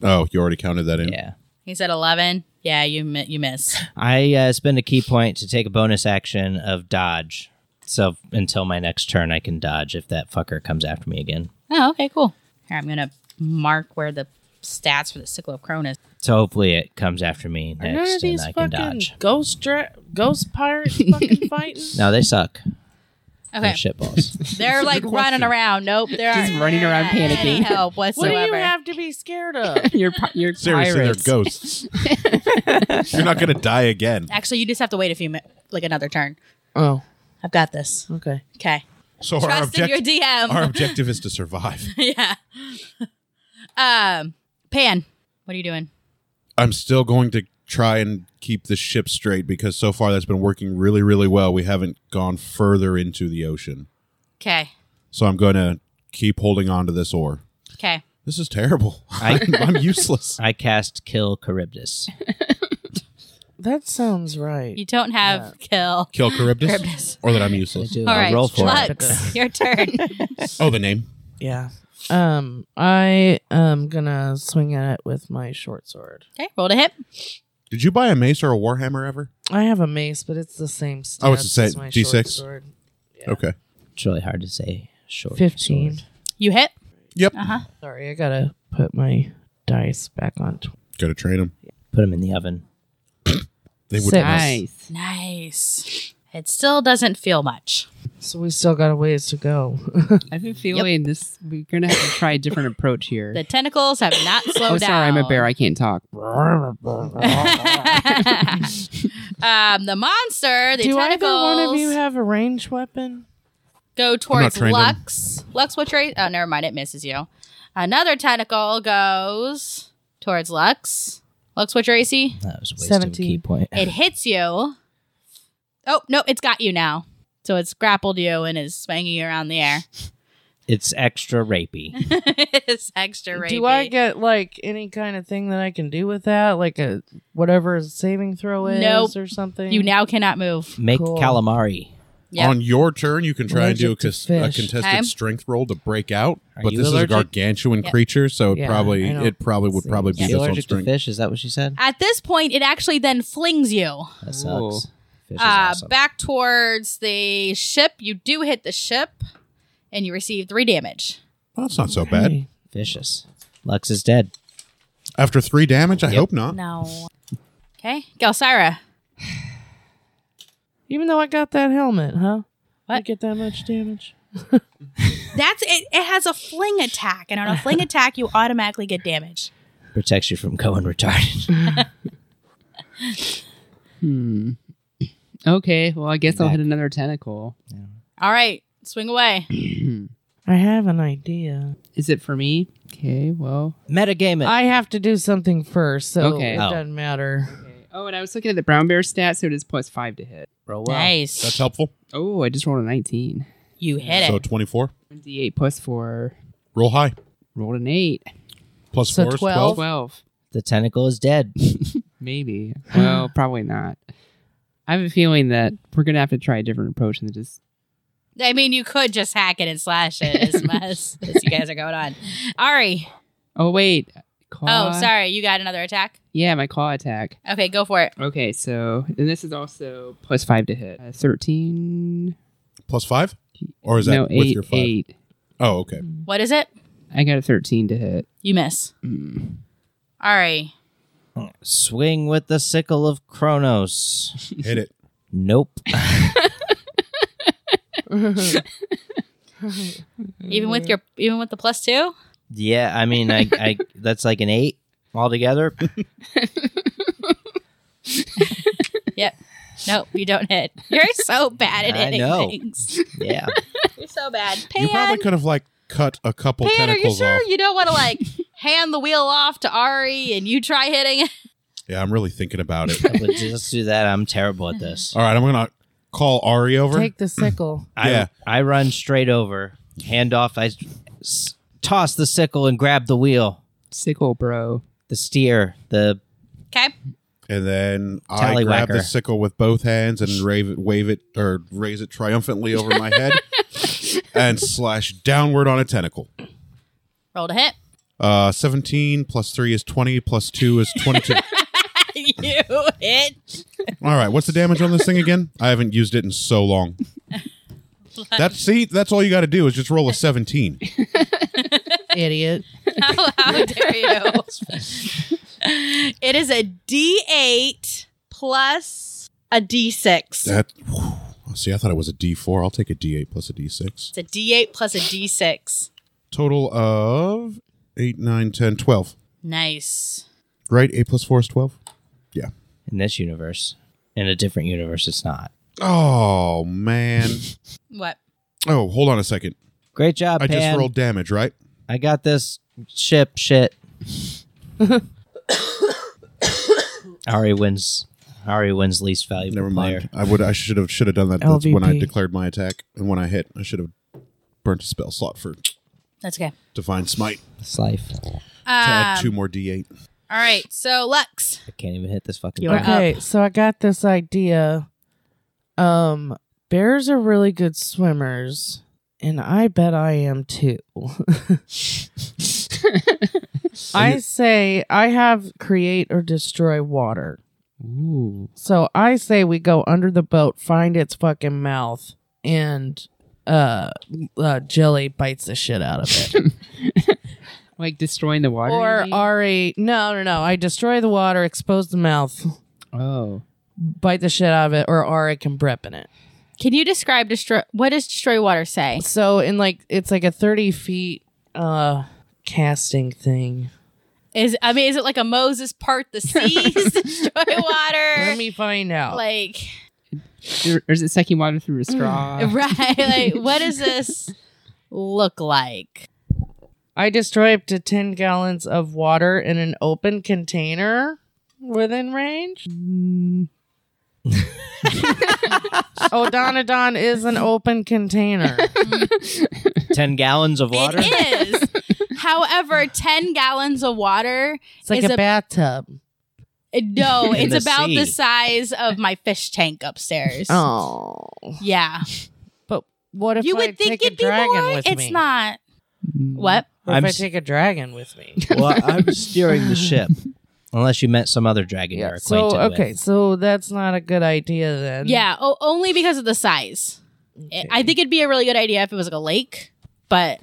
Speaker 3: Oh, you already counted that in.
Speaker 4: Yeah.
Speaker 2: He said eleven. Yeah, you mi- you miss.
Speaker 4: I uh, spend a key point to take a bonus action of dodge. So until my next turn, I can dodge if that fucker comes after me again.
Speaker 2: oh, okay, cool. Here, I'm gonna mark where the stats for the sickle of Cronus.
Speaker 4: So hopefully it comes after me
Speaker 8: Are none of
Speaker 4: next and
Speaker 8: these
Speaker 4: I can
Speaker 8: fucking
Speaker 4: dodge.
Speaker 8: ghost dra- ghost pirates fucking fighting?
Speaker 4: No, they suck. They're
Speaker 2: Okay,
Speaker 4: shitballs.
Speaker 2: they're like running around. Nope, they're
Speaker 1: Just running around panicking.
Speaker 2: help
Speaker 8: What
Speaker 2: whatsoever.
Speaker 8: do you have to be scared of?
Speaker 1: you're pi- you're
Speaker 3: Seriously,
Speaker 1: pirates.
Speaker 3: they're ghosts. You're not going to die again.
Speaker 2: Actually, you just have to wait a few minutes, like another turn.
Speaker 7: Oh,
Speaker 2: I've got this.
Speaker 7: okay.
Speaker 2: Okay,
Speaker 3: So our,
Speaker 2: trust in
Speaker 3: object-
Speaker 2: your DM.
Speaker 3: our objective is to survive.
Speaker 2: yeah. um, Pan, what are you doing?
Speaker 3: I'm still going to try and keep the ship straight because so far that's been working really, really well. We haven't gone further into the ocean.
Speaker 2: Okay,
Speaker 3: So I'm going to keep holding on to this oar.
Speaker 2: okay.
Speaker 3: This is terrible.
Speaker 4: I-
Speaker 3: I'm, I'm useless.
Speaker 4: I cast Kill Charybdis.
Speaker 7: That sounds right.
Speaker 2: You don't have kill.
Speaker 3: Kill Charybdis?
Speaker 2: Charybdis.
Speaker 3: or that I'm
Speaker 4: I
Speaker 3: useless.
Speaker 4: do.
Speaker 2: All
Speaker 4: I'll
Speaker 2: right,
Speaker 4: roll for it.
Speaker 2: Lux, your turn.
Speaker 3: Oh, the name.
Speaker 7: Yeah. Um, I am gonna swing at it with my short sword.
Speaker 2: okay, roll to hit.
Speaker 3: Did you buy a mace or a warhammer ever?
Speaker 7: I have a mace, but it's the same stats
Speaker 3: Oh, it's the
Speaker 7: as
Speaker 3: same-
Speaker 7: my short
Speaker 3: D6?
Speaker 7: sword.
Speaker 3: Okay.
Speaker 4: It's really hard to say. Short.
Speaker 7: Fifteen.
Speaker 4: sword.
Speaker 2: You hit.
Speaker 3: Yep.
Speaker 2: Uh huh.
Speaker 7: Sorry, I gotta put my dice back on. Tw-
Speaker 3: Got to train them.
Speaker 4: Put him in the oven.
Speaker 3: They would
Speaker 7: Six.
Speaker 1: Nice.
Speaker 2: Nice. It still doesn't feel much.
Speaker 7: so we still got a ways to go.
Speaker 1: I've been feeling this. We're gonna have to try a different approach here.
Speaker 2: The tentacles have not slowed
Speaker 1: oh,
Speaker 2: down.
Speaker 1: sorry, I'm a bear. I can't talk.
Speaker 2: um, the monster, the
Speaker 7: Do either
Speaker 2: tentacles
Speaker 7: one of you have a range weapon?
Speaker 2: go towards
Speaker 3: trained in-
Speaker 2: Lux. Lux, what's your? Oh, never mind. It misses you. Another tentacle goes towards Lux. Lux, what's your AC?
Speaker 4: That was a waste of a key
Speaker 7: Seventeen.
Speaker 4: point.
Speaker 2: It hits you. Oh, no, it's got you now. So it's grappled you and is swinging you around the air.
Speaker 4: It's extra rapey.
Speaker 2: it's extra rapey.
Speaker 7: Do I get like any kind of thing that I can do with that? Like a whatever saving throw is
Speaker 2: Nope.
Speaker 7: or something?
Speaker 2: You now cannot move.
Speaker 4: Make
Speaker 7: Cool.
Speaker 4: calamari.
Speaker 2: Yep.
Speaker 3: On your turn, you can try and do a,
Speaker 7: Allergic to
Speaker 3: cons- a
Speaker 7: fish.
Speaker 3: contested
Speaker 2: Okay.
Speaker 3: strength roll to break out,
Speaker 4: Are
Speaker 3: but
Speaker 4: you
Speaker 3: this
Speaker 4: allergic?
Speaker 3: is a gargantuan
Speaker 2: Yeah.
Speaker 3: creature, so it
Speaker 7: Yeah,
Speaker 3: probably
Speaker 7: I don't
Speaker 3: it probably would
Speaker 7: see.
Speaker 3: probably be
Speaker 4: She
Speaker 3: just on
Speaker 4: allergic to
Speaker 3: strength.
Speaker 4: fish? Is that what she said?
Speaker 2: At this point, it actually then flings you
Speaker 4: That sucks.
Speaker 1: Ooh.
Speaker 4: Fish is
Speaker 2: uh,
Speaker 4: awesome.
Speaker 2: back towards the ship. You do hit the ship, and you receive three damage.
Speaker 3: Well, that's not so bad.
Speaker 7: Hey,
Speaker 4: Vicious. Lux is dead.
Speaker 3: After three damage, I
Speaker 4: Yep.
Speaker 3: hope not.
Speaker 2: No. Okay, Gelsira.
Speaker 7: Even though I got that helmet, huh? I get that much damage.
Speaker 2: That's it. It has a fling attack, and on a fling attack, you automatically get damage.
Speaker 4: Protects you from going retarded.
Speaker 1: Hmm. Okay, well, I guess I'll hit another tentacle.
Speaker 2: All right, swing away.
Speaker 7: I have an idea.
Speaker 1: Is it for me? Okay, well.
Speaker 4: Metagame it.
Speaker 7: I have to do something first, so
Speaker 1: Okay.
Speaker 7: it
Speaker 4: Oh.
Speaker 7: doesn't matter.
Speaker 1: Oh, and I was looking at the brown bear stat, so it is plus five to hit.
Speaker 4: Roll well.
Speaker 2: Nice.
Speaker 3: That's helpful.
Speaker 1: Oh, I just rolled a 19.
Speaker 2: You hit
Speaker 3: So
Speaker 2: it.
Speaker 3: twenty four.
Speaker 1: 1d8 plus four.
Speaker 3: Roll high.
Speaker 1: Rolled an eight.
Speaker 3: Plus
Speaker 7: So
Speaker 3: four is
Speaker 7: 12.
Speaker 3: twelve.
Speaker 1: 12.
Speaker 4: The tentacle is dead.
Speaker 1: Maybe. Well, probably not. I have a feeling that we're going to have to try a different approach than just.
Speaker 2: I mean, you could just hack it and slash it as much as you guys are going on. Ari.
Speaker 1: Oh, wait. Claw.
Speaker 2: Oh, sorry, you got another attack.
Speaker 1: Yeah, my claw attack.
Speaker 2: Okay, go for it.
Speaker 1: Okay, so. And this is also plus five to hit. Uh, 13.
Speaker 3: Plus five, or is that
Speaker 1: no,
Speaker 3: with
Speaker 1: eight,
Speaker 3: your five?
Speaker 1: eight.
Speaker 3: Oh, okay.
Speaker 2: What is it?
Speaker 1: I got a 13 to hit.
Speaker 2: You miss.
Speaker 1: Mm.
Speaker 2: Ari.
Speaker 4: Swing with the sickle of Kronos.
Speaker 3: Hit it.
Speaker 4: Nope.
Speaker 2: Even with your even with the plus two?
Speaker 4: Yeah, I mean, I, I that's like an eight altogether.
Speaker 2: Yep. Nope, you don't hit. You're so bad at
Speaker 4: I
Speaker 2: hitting
Speaker 4: know.
Speaker 2: things.
Speaker 4: Yeah,
Speaker 2: You're so bad.
Speaker 3: You probably
Speaker 2: Pan,
Speaker 3: could have like cut a couple
Speaker 2: Pan, are you
Speaker 3: tentacles
Speaker 2: sure
Speaker 3: off.
Speaker 2: you don't want to like hand the wheel off to Ari and you try hitting it?
Speaker 3: Yeah, I'm really thinking about it.
Speaker 4: but just do that. I'm terrible at this.
Speaker 3: All right, I'm gonna call Ari over.
Speaker 7: Take the sickle.
Speaker 3: Yeah.
Speaker 4: I, I run straight over, hand off. I s- toss the sickle and grab the wheel,
Speaker 1: Sickle, bro. the
Speaker 4: the steer, the
Speaker 2: Okay.
Speaker 3: and then I grab the
Speaker 4: Tallywhacker.
Speaker 3: sickle with both hands and rave it, wave it or raise it triumphantly over my head and slash downward on a tentacle.
Speaker 2: Roll to hit.
Speaker 3: Uh, 17 plus 3 is 20 plus 2 is 22.
Speaker 2: you hit.
Speaker 3: All right, what's the damage on this thing again? I haven't used it in so long. That's see, that's all you got to do is just roll a 17.
Speaker 7: Idiot.
Speaker 2: How, Oh, how dare you? it is a D eight plus a D six.
Speaker 3: That whew. See, I thought it was a d4. I'll take a d8 plus a d6.
Speaker 2: It's a D eight plus a D six.
Speaker 3: Total of 8 9 10 12.
Speaker 2: Nice.
Speaker 3: Right? 8 plus 4 is 12.
Speaker 4: in this universe. In a different universe, it's not.
Speaker 3: Oh, man.
Speaker 2: What?
Speaker 3: Oh, hold on a second.
Speaker 4: Great job,
Speaker 3: I
Speaker 4: Pan.
Speaker 3: just rolled damage, right?
Speaker 4: I got this ship shit. Ari wins. Ari wins least valuable
Speaker 3: Never
Speaker 4: player.
Speaker 3: mind. I would. I should have. Should have done that. That's when I
Speaker 7: LVP.
Speaker 3: declared my attack and when I hit. I should have burnt a spell slot for
Speaker 2: That's okay.
Speaker 3: divine smite
Speaker 4: It's life.
Speaker 3: to add
Speaker 2: Um,
Speaker 3: two more d8.
Speaker 2: All right. So Lux.
Speaker 4: I can't even hit this fucking.
Speaker 2: You're
Speaker 4: thing.
Speaker 2: up.
Speaker 7: Okay, so I got this idea. Um, bears are really good swimmers, and I bet I am too. I say I have create or destroy water.
Speaker 1: Ooh.
Speaker 7: So I say we go under the boat, find its fucking mouth, and uh, uh jelly bites the shit out of it.
Speaker 1: Like destroying the water. you
Speaker 7: or
Speaker 1: mean?
Speaker 7: Ari, no, no, no. I destroy the water, expose the mouth,
Speaker 1: Oh.
Speaker 7: bite the shit out of it, or Ari can brep in it.
Speaker 2: Can you describe destroy? What does destroy water say?
Speaker 7: So in like it's like a thirty feet uh casting thing.
Speaker 2: Is I mean, is it like a Moses part the seas, destroy
Speaker 7: Let
Speaker 2: water?
Speaker 7: me find out.
Speaker 2: Like
Speaker 1: Or or is it sucking water through a
Speaker 2: Mm.
Speaker 7: Uh.
Speaker 1: straw?
Speaker 2: right? Like what does this look like?
Speaker 7: I destroy up to ten gallons of
Speaker 1: Mm.
Speaker 7: water in an open container within range. Odonodon Oh, is an open container.
Speaker 4: 10 gallons of water?
Speaker 2: It is. However, 10 gallons of water,
Speaker 7: It's like
Speaker 2: Is
Speaker 7: a,
Speaker 2: a-
Speaker 7: bathtub.
Speaker 2: no,
Speaker 4: In
Speaker 2: it's
Speaker 4: the
Speaker 2: about
Speaker 4: sea.
Speaker 2: the size of my fish tank upstairs.
Speaker 7: Oh,
Speaker 2: Yeah.
Speaker 7: what if
Speaker 2: you
Speaker 7: I
Speaker 2: would think
Speaker 7: take a
Speaker 2: it'd be
Speaker 7: dragon
Speaker 2: more?
Speaker 7: with
Speaker 2: It's
Speaker 7: me?
Speaker 2: not. What?
Speaker 7: What if
Speaker 4: I'm
Speaker 7: i
Speaker 4: s-
Speaker 7: take a dragon with me.
Speaker 4: well, I'm steering the ship. Unless you met some other dragon you're acquainted
Speaker 7: So okay,
Speaker 4: with.
Speaker 7: so that's not a good idea then.
Speaker 2: Yeah. Oh, only because of the size. I think it'd be a really good idea if it was like a lake, but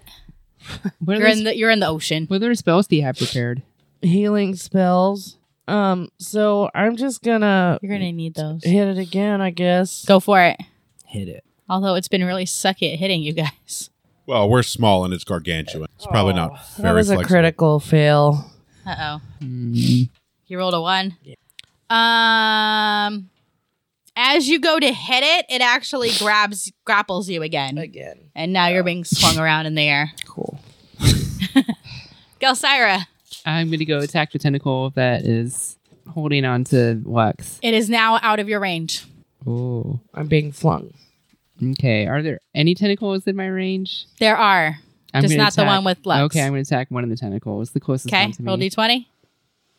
Speaker 1: What
Speaker 2: you're
Speaker 1: are,
Speaker 2: in
Speaker 1: the-
Speaker 2: the you're in the ocean.
Speaker 1: what other spells do you have prepared?
Speaker 7: Healing spells. Um. So I'm just gonna
Speaker 2: You're gonna need those.
Speaker 7: hit it again, I guess.
Speaker 2: Go for it.
Speaker 4: Hit it.
Speaker 2: Although it's been really sucky at hitting you guys.
Speaker 3: Well, we're small and it's gargantuan. It's probably
Speaker 2: Oh.
Speaker 3: not very
Speaker 7: Oh, that was
Speaker 3: flexible.
Speaker 7: a critical fail.
Speaker 2: Uh oh.
Speaker 1: Mm.
Speaker 2: You rolled a one. Um, as you go to hit it, it actually grabs grapples you again,
Speaker 7: Again.
Speaker 2: and now
Speaker 1: uh,
Speaker 2: you're being swung around in the air.
Speaker 7: Cool.
Speaker 2: Gelsira,
Speaker 1: I'm going to go attack the tentacle that is holding on to Lux.
Speaker 2: it is now out of your range.
Speaker 1: Oh,
Speaker 7: I'm being flung.
Speaker 1: okay. Are there any tentacles in my range?
Speaker 2: There are.
Speaker 1: I'm
Speaker 2: Just
Speaker 1: gonna
Speaker 2: not the
Speaker 1: attack-
Speaker 2: one with Lux.
Speaker 1: Okay, I'm going to attack one of the tentacles, the closest one
Speaker 2: Okay,
Speaker 1: to me.
Speaker 2: roll d20.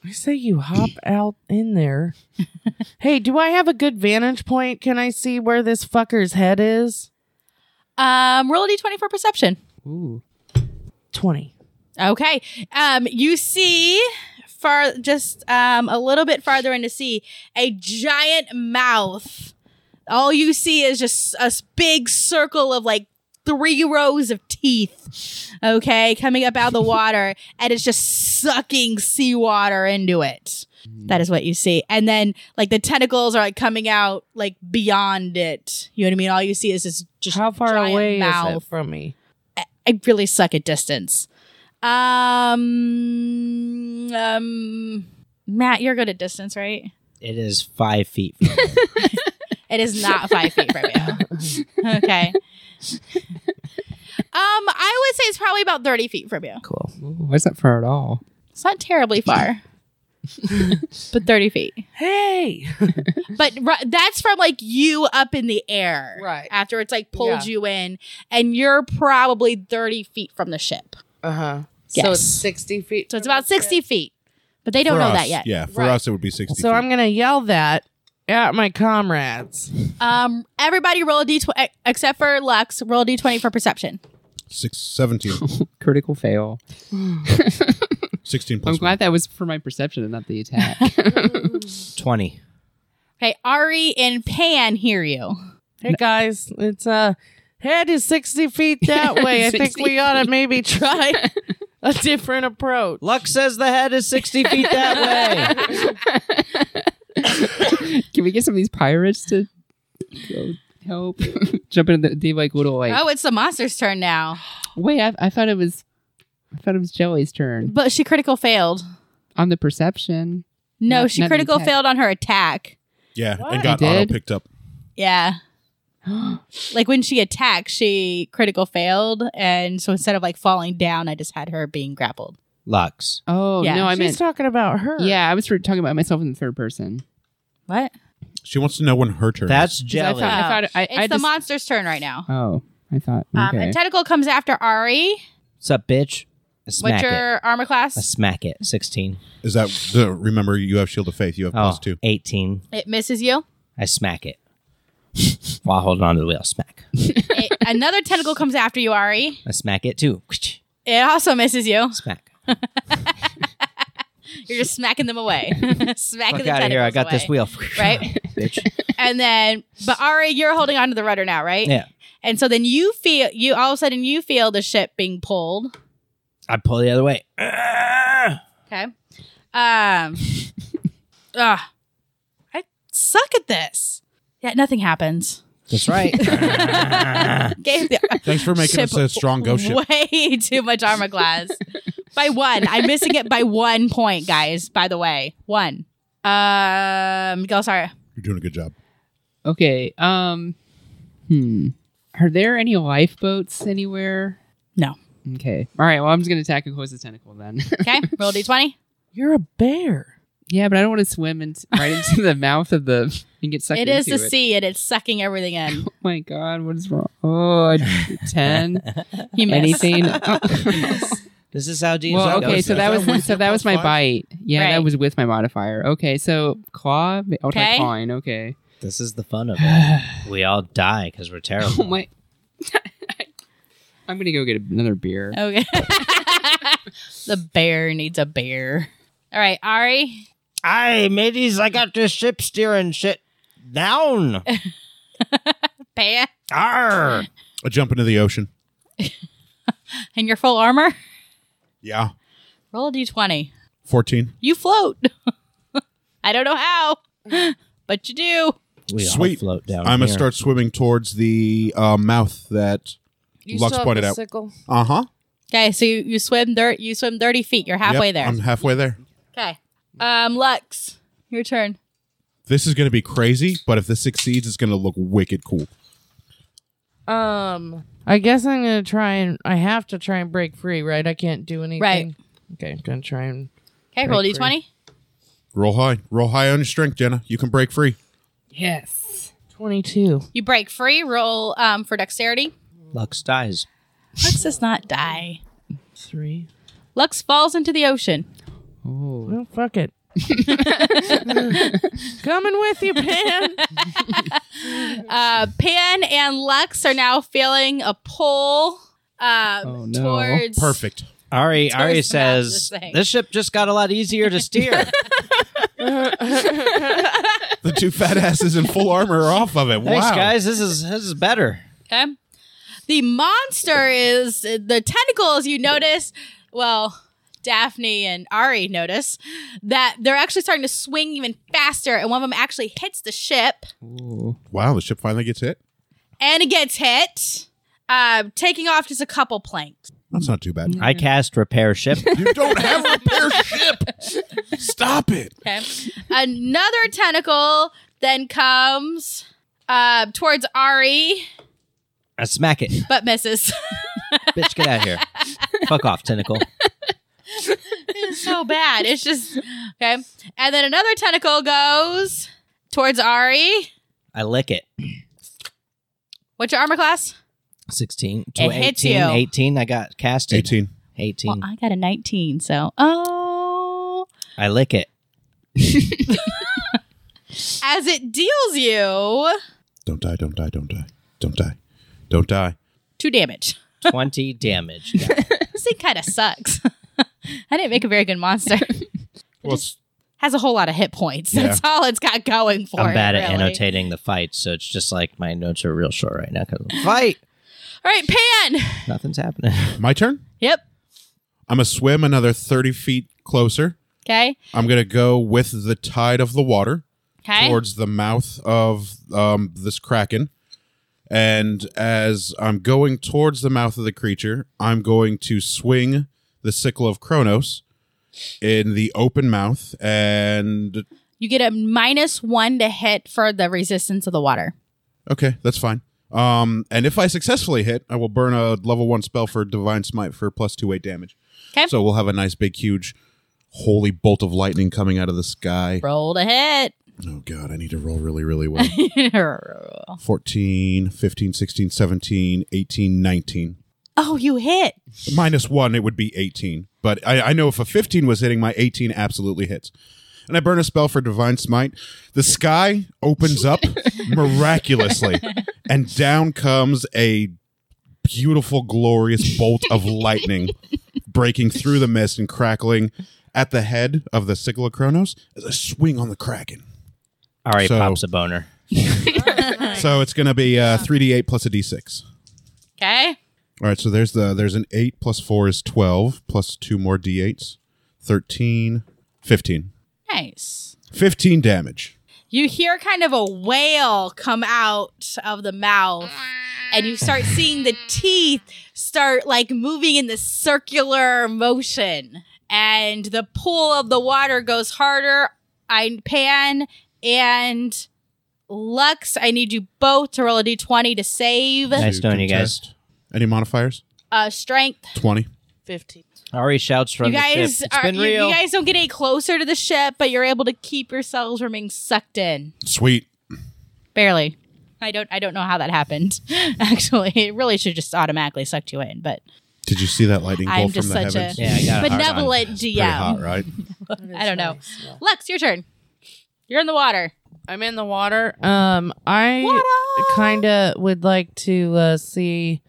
Speaker 7: I say you hop out in there. hey, do I have a good vantage point? Can I see where this fucker's head is?
Speaker 2: Um, roll a d20 for perception.
Speaker 1: Ooh.
Speaker 7: Twenty.
Speaker 2: Okay. Um, you see far just um a little bit farther in to see a giant mouth. All you see is just a s- big circle of like three rows of teeth. Okay, coming up out of the water, and it's just sucking seawater into it.
Speaker 7: Mm.
Speaker 2: That is what you see. And then like the tentacles are like coming out like beyond it. You know what I mean? All you see is this just
Speaker 7: How far
Speaker 2: giant
Speaker 7: away
Speaker 2: mouth.
Speaker 7: is it from me?
Speaker 2: I really suck at distance. Um, um, Matt, you're good at distance, right?
Speaker 4: It is five feet. From me.
Speaker 2: It is not five feet from you. Okay. Um, I would say it's probably about thirty feet from you.
Speaker 1: Cool. What's that for at all?
Speaker 2: It's not terribly far, but thirty feet.
Speaker 7: Hey.
Speaker 2: But ri- that's from like you up in the air,
Speaker 7: Right.
Speaker 2: After it's like pulled
Speaker 7: Yeah.
Speaker 2: you in, and you're probably thirty feet from the ship,
Speaker 7: Uh huh. So
Speaker 2: Yes.
Speaker 7: it's sixty feet.
Speaker 2: so it's
Speaker 7: from
Speaker 2: about
Speaker 7: the ship.
Speaker 2: sixty feet. But they don't
Speaker 3: For
Speaker 2: know
Speaker 3: us,
Speaker 2: that yet.
Speaker 3: Yeah, for
Speaker 7: Right.
Speaker 3: us it would be 60
Speaker 7: So
Speaker 3: feet.
Speaker 7: I'm gonna yell that at my comrades.
Speaker 2: Um, everybody roll a d20 except for Lux. Roll a d20 for perception.
Speaker 3: Six, 17.
Speaker 1: Critical fail.
Speaker 3: 16
Speaker 1: I'm
Speaker 3: plus one.
Speaker 1: glad that was for my perception and not the attack.
Speaker 4: 20.
Speaker 2: Okay, Ari and Pan hear you.
Speaker 7: Hey guys, it's uh head is sixty feet that way. I think
Speaker 1: 60
Speaker 7: we ought to maybe try a different approach.
Speaker 4: Luck says the head is 60 feet that way.
Speaker 1: Can we get some of these pirates to go help? Jump into the, the like little like.
Speaker 2: Oh, it's the monster's turn now.
Speaker 1: Wait, I, I thought it was, I thought it was Joey's turn
Speaker 2: But she critical failed.
Speaker 1: on the perception.
Speaker 2: No,
Speaker 1: Not-
Speaker 2: she
Speaker 1: not an
Speaker 2: critical
Speaker 1: attack.
Speaker 2: failed on her attack.
Speaker 3: Yeah, and got
Speaker 1: You
Speaker 3: auto
Speaker 1: did?
Speaker 3: picked up.
Speaker 2: Yeah.
Speaker 1: Oh,
Speaker 2: like when she attacked, she critical failed. And so instead of like falling down, I just had her being grappled.
Speaker 4: Lux.
Speaker 1: Oh
Speaker 2: Yeah.
Speaker 1: no, I
Speaker 7: She's
Speaker 1: meant.
Speaker 7: talking about her.
Speaker 1: Yeah, I was sort of talking about myself in the third person.
Speaker 2: What? Oh.
Speaker 3: She wants to know when her turn
Speaker 4: That's
Speaker 1: 'Cause I
Speaker 4: jelly.
Speaker 1: thought, I thought I,
Speaker 2: It's
Speaker 1: I
Speaker 2: the
Speaker 1: just,
Speaker 2: monster's turn right now.
Speaker 1: Oh, I thought.
Speaker 2: Um,
Speaker 1: Okay.
Speaker 2: and Tentacle comes after Ari.
Speaker 4: What's up, bitch? I smack
Speaker 2: What's
Speaker 4: it.
Speaker 2: your armor
Speaker 4: I
Speaker 2: class?
Speaker 4: smack it. 16.
Speaker 3: is. Is that the, remember you have shield of faith, you have
Speaker 4: Oh,
Speaker 3: plus 2.
Speaker 4: 18.
Speaker 2: It misses you.
Speaker 4: I smack it. While holding on to the wheel, smack.
Speaker 2: It- another tentacle comes after you, Ari.
Speaker 4: I smack it too.
Speaker 2: It also misses you.
Speaker 4: Smack.
Speaker 2: You're just smacking them away. smacking
Speaker 4: Fuck
Speaker 2: the
Speaker 4: out of here. I
Speaker 2: tentacles
Speaker 4: got this
Speaker 2: away.
Speaker 4: wheel.
Speaker 2: Right?
Speaker 4: Bitch.
Speaker 2: And then, but Ari, you're holding onto the rudder now, right?
Speaker 4: Yeah.
Speaker 2: And so then you feel, you all of a sudden you feel the ship being pulled.
Speaker 4: I pull the other way.
Speaker 2: Okay. Um, ugh, I suck at this. Yeah, nothing happens.
Speaker 4: That's right.
Speaker 2: Gave the
Speaker 3: Thanks for making
Speaker 2: Ship-
Speaker 3: us a strong ghost ship.
Speaker 2: way too much armor class. by one. I'm missing it by one point, guys, by the way. One. Um, go, sorry.
Speaker 3: You're doing a good job.
Speaker 1: okay. Um. Hmm. Are there any lifeboats anywhere?
Speaker 2: No.
Speaker 1: Okay. All right. Well, I'm just gonna attack and close the tentacle then.
Speaker 2: Okay, roll d20.
Speaker 7: You're a bear.
Speaker 1: yeah, but I don't want to swim in, right into the mouth of the and get sucked
Speaker 2: It is the
Speaker 1: into
Speaker 2: sea and it's sucking everything in.
Speaker 1: Oh my god, what is wrong? Oh, 10?
Speaker 2: You missed.
Speaker 1: Anything?
Speaker 4: This is how deep.
Speaker 1: well,
Speaker 4: it
Speaker 1: okay,
Speaker 4: goes
Speaker 1: so
Speaker 4: now.
Speaker 1: that was so that was my
Speaker 3: Plus
Speaker 1: bite. Yeah,
Speaker 2: Right.
Speaker 1: that was with my modifier. Okay, so claw. I'll try
Speaker 2: Okay.
Speaker 1: clawing. Okay.
Speaker 4: This is the fun of it. we all die because we're
Speaker 1: Oh
Speaker 4: terrible.
Speaker 1: my. I'm gonna go get another beer.
Speaker 2: Okay. the bear needs a bear. All right, Ari.
Speaker 4: Aye, mateys, I got this ship steering shit down.
Speaker 2: Bear.
Speaker 4: Arr!
Speaker 3: I jump into the ocean.
Speaker 2: And your full armor.
Speaker 3: Yeah.
Speaker 2: Roll a d20.
Speaker 3: 14.
Speaker 2: You float. I don't know how, but you do.
Speaker 4: We all
Speaker 3: Sweet.
Speaker 4: float down.
Speaker 3: I'm going to
Speaker 4: here.
Speaker 3: start swimming towards the uh, mouth that.
Speaker 7: You
Speaker 3: Lux
Speaker 7: still have
Speaker 3: pointed
Speaker 7: the
Speaker 3: out.
Speaker 7: Sickle?
Speaker 3: Uh huh.
Speaker 2: Okay, so you, you swim dirt. You swim 30 feet. You're halfway there.
Speaker 3: I'm halfway there.
Speaker 2: okay. Um, Lux, your turn.
Speaker 3: This is going to be crazy, but if this succeeds, it's going to look wicked cool.
Speaker 7: Um, I guess I'm gonna try and I have to try and break free, right? I can't do anything.
Speaker 2: Right.
Speaker 7: Okay, I'm gonna try and
Speaker 2: Okay, roll a
Speaker 7: Break free.
Speaker 2: d20.
Speaker 3: Roll high. Roll high on your strength, Jenna. You can break free.
Speaker 1: Yes.
Speaker 7: twenty-two.
Speaker 2: You break free. Roll um, for dexterity.
Speaker 4: Lux dies.
Speaker 2: Lux does not die.
Speaker 7: Three.
Speaker 2: Lux falls into the ocean.
Speaker 1: Oh.
Speaker 7: Well, fuck it. Coming with you, Pan.
Speaker 2: Uh, Pan and Lux are now feeling a pull um,
Speaker 1: Oh, no.
Speaker 2: towards.
Speaker 3: Perfect.
Speaker 4: Ari,
Speaker 2: us
Speaker 4: Ari
Speaker 2: about this
Speaker 4: says
Speaker 2: thing.
Speaker 4: this ship just got a lot easier to steer.
Speaker 3: The two fat asses in full armor are off of it. Wow.
Speaker 4: Thanks, guys. This is this is better.
Speaker 2: Okay. The monster is the tentacles. You notice, well, Daphne and Ari notice that they're actually starting to swing even faster, and one of them actually hits the ship,
Speaker 3: Wow, the ship finally gets hit.
Speaker 2: and it gets hit, uh, taking off just a couple planks.
Speaker 3: That's not too bad.
Speaker 2: Mm-hmm.
Speaker 4: I cast repair ship.
Speaker 3: you don't have a repair ship. Stop it.
Speaker 2: Okay. Another tentacle then comes uh, towards Ari,
Speaker 4: I smack it.
Speaker 2: but misses.
Speaker 4: Bitch, get out of here. Fuck off, tentacle.
Speaker 2: It's so bad. It's just okay. And then another tentacle goes towards Ari.
Speaker 4: I lick it.
Speaker 2: What's your armor class?
Speaker 4: 16
Speaker 2: It
Speaker 4: to
Speaker 2: hits
Speaker 4: 18.
Speaker 2: you.
Speaker 4: 18. I got casted.
Speaker 3: 18.
Speaker 4: 18.
Speaker 2: Um, I got a 19, so oh.
Speaker 4: I lick it.
Speaker 2: As it deals you
Speaker 3: Don't die, don't die, don't die. Don't die. Don't die.
Speaker 2: two damage.
Speaker 4: 20 damage.
Speaker 2: This thing kind of sucks. I didn't make a very good monster.
Speaker 3: Well, it's-
Speaker 2: Has a whole lot of hit points. That's all it's got going for
Speaker 4: I'm
Speaker 2: it,
Speaker 4: bad at
Speaker 2: really.
Speaker 4: annotating the fight, so it's just like my notes are real short right now because fight.
Speaker 2: All right, Pan.
Speaker 4: Nothing's happening.
Speaker 3: my turn?
Speaker 2: Yep.
Speaker 3: I'm going to swim another 30 feet closer.
Speaker 2: Okay.
Speaker 3: I'm going to go with the tide of the water
Speaker 2: Okay.
Speaker 3: towards the mouth of um, this kraken. And as I'm going towards the mouth of the creature, I'm going to swing the sickle of Kronos in the open mouth and
Speaker 2: You get a minus one to hit for the resistance of the water.
Speaker 3: Okay, that's fine. Um, and if I successfully hit, I will burn a level one spell for divine smite for plus two eight damage.
Speaker 2: 'Kay.
Speaker 3: So we'll have a nice big huge holy bolt of lightning coming out of the sky.
Speaker 2: Roll to hit.
Speaker 3: Oh god, I need to roll really, really well.
Speaker 2: oh,
Speaker 3: 14, 15, 16, 17, 18, 19.
Speaker 2: Oh, you hit.
Speaker 3: Minus one, it would be 18. But I, I know if a 15 was hitting, my 18 absolutely hits. And I burn a spell for Divine Smite. The sky opens up miraculously, and down comes a beautiful, glorious bolt of lightning breaking through the mist and crackling at the head of the Sigil of Kronos as I swing on the Kraken.
Speaker 4: Ari
Speaker 3: So-
Speaker 4: pops a boner.
Speaker 3: So it's going to be uh, 3d8 plus a d6.
Speaker 2: Okay.
Speaker 3: All right, so there's the there's an 8 plus 4 is 12 plus two more d8s. 13, 15.
Speaker 2: Nice.
Speaker 3: 15 damage.
Speaker 2: you hear kind of a wail come out of the mouth and you start seeing the teeth start like moving in this circular motion and the pull of the water goes harder i pan and lux i need you both to roll a d20 to save
Speaker 4: Nice knowing you guys.
Speaker 3: contest. Any modifiers?
Speaker 2: uh strength
Speaker 3: 20.
Speaker 8: Fifteen.
Speaker 4: Ari shouts from
Speaker 2: you
Speaker 4: the
Speaker 2: guys
Speaker 4: ship. It's
Speaker 2: are
Speaker 4: been
Speaker 2: you,
Speaker 4: real.
Speaker 2: you guys don't get any closer to the ship but you're able to keep yourselves from being sucked in
Speaker 3: Sweet.
Speaker 2: barely. I don't. I don't know how that happened. Actually, it really should just automatically sucked you in. But
Speaker 3: Did you see that lightning
Speaker 2: I'm
Speaker 3: bolt from
Speaker 2: just
Speaker 3: the
Speaker 2: such a-
Speaker 3: heavens?
Speaker 4: Yeah, I got a hard time.
Speaker 2: benevolent
Speaker 3: Pretty hot,
Speaker 2: GM.
Speaker 3: right?
Speaker 2: I don't know. Lex, your turn. You're in the water.
Speaker 7: I'm in the water. Um, I
Speaker 2: Water.
Speaker 7: kind of would like to uh, see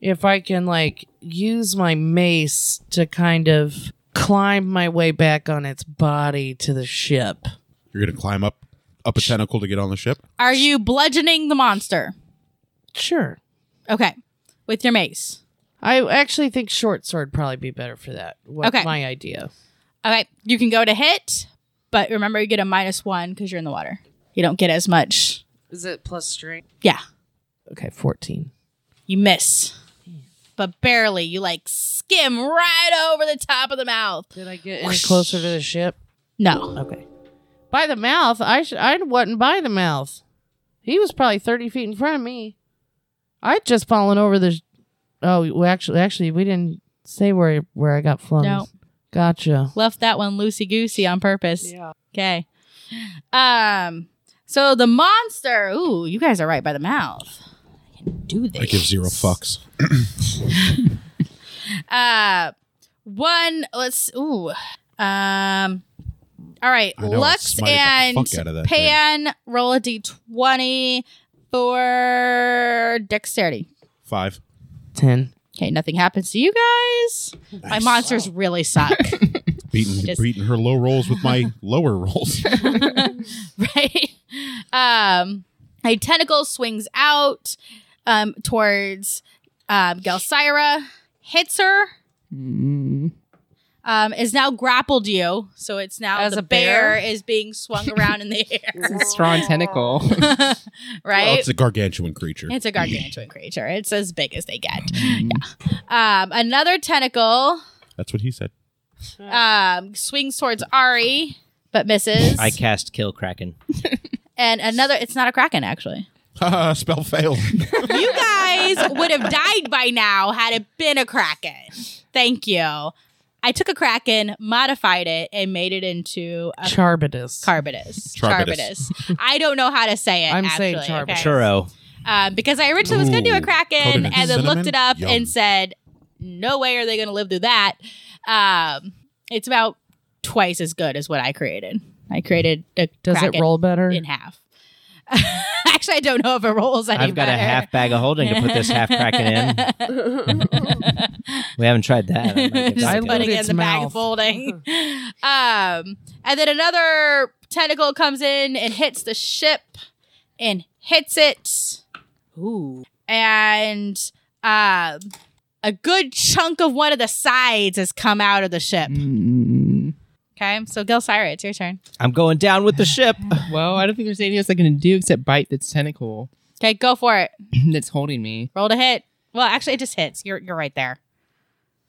Speaker 7: if I can like use my mace to kind of climb my way back on its body to the ship.
Speaker 3: You're gonna climb up up a tentacle to get on the ship.
Speaker 2: Are you bludgeoning the monster?
Speaker 7: Sure.
Speaker 2: Okay, with your mace.
Speaker 7: I actually think short sword probably be better for that. What,
Speaker 2: Okay.
Speaker 7: My idea.
Speaker 2: Okay, you can go to hit, but remember you get a minus one because you're in the water. You don't get as much.
Speaker 7: Is it plus strength?
Speaker 2: Yeah,
Speaker 7: Okay, 14.
Speaker 2: you miss, but barely. You like skim right over the top of the mouth.
Speaker 7: Did I get any closer to the ship?
Speaker 2: No,
Speaker 7: Okay. By the mouth, I sh- I wasn't by the mouth. He was probably thirty feet in front of me. I'd just fallen over the. Sh- oh, well, actually, actually, we didn't say where where I got flung.
Speaker 2: No.
Speaker 7: Gotcha.
Speaker 2: left that one loosey goosey on purpose.
Speaker 7: Yeah.
Speaker 2: Okay. Um. So the monster. Ooh, you guys are right by the mouth. I can do this.
Speaker 3: I give zero fucks.
Speaker 2: Uh, one. Let's. Ooh. Um. All right.
Speaker 3: I know, I
Speaker 2: Lux
Speaker 3: smited the
Speaker 2: and
Speaker 3: fuck out of that
Speaker 2: Pan roll a d20 for dexterity.
Speaker 3: Five.
Speaker 7: Ten.
Speaker 2: Okay, nothing happens to you guys. My monsters really suck,
Speaker 3: Beating
Speaker 2: Just-
Speaker 3: beating her low rolls with my lower rolls.
Speaker 2: right? Um, a tentacle swings out um, towards um, Gelsira, hits her,
Speaker 1: Mm.
Speaker 2: um, is now grappled you. So it's now
Speaker 5: As
Speaker 2: the
Speaker 5: a bear?
Speaker 2: bear is being swung around in the air.
Speaker 1: It's a strong tentacle.
Speaker 3: Well,
Speaker 2: right?
Speaker 3: Oh, it's a gargantuan creature.
Speaker 2: it's a gargantuan creature. It's as big as they get. Yeah. Um, another tentacle
Speaker 3: That's what he said.
Speaker 2: um, swings towards Ari, but misses.
Speaker 4: I cast Kill Kraken.
Speaker 2: and another, it's not a kraken actually.
Speaker 3: Haha, Spell failed.
Speaker 2: You guys would have died by now had it been a kraken. Thank you. I took a kraken, modified it, and made it into a
Speaker 7: Charbitus.
Speaker 2: Carbitus.
Speaker 3: Charbitus. uh,
Speaker 2: Charbitus. I don't know how to say it.
Speaker 7: I'm
Speaker 2: actually,
Speaker 7: saying Charbitus.
Speaker 2: okay?
Speaker 4: Churro.
Speaker 2: Um, because I originally was going to do a
Speaker 3: Ooh,
Speaker 2: Kraken
Speaker 3: coated in
Speaker 2: and then
Speaker 3: cinnamon?
Speaker 2: looked it up
Speaker 3: Yum.
Speaker 2: and said, no way are they going to live through that. Um, it's about twice as good as what I created. I created a
Speaker 7: Does
Speaker 2: Kraken
Speaker 7: it roll better?
Speaker 2: in half. Actually, I don't know if it rolls any
Speaker 4: I've got a
Speaker 2: better.
Speaker 4: half bag of holding to put this half Kraken in. We haven't tried that. I might give
Speaker 2: Just
Speaker 4: that a
Speaker 7: I
Speaker 4: go.
Speaker 2: putting it in
Speaker 7: its
Speaker 2: the
Speaker 7: mouth.
Speaker 2: bag and folding. um, and then another tentacle comes in and hits the ship and hits it. Ooh. And um, a good chunk of one of the sides has come out of the ship.
Speaker 1: Mm.
Speaker 2: Okay. So, Gelsira, it's your turn.
Speaker 4: I'm going down with the ship.
Speaker 1: Well, I don't think there's anything else I can do except bite this tentacle
Speaker 2: Okay. Go for it.
Speaker 1: that's holding me.
Speaker 2: Roll to hit. Well, actually, it just hits. You're, you're right there.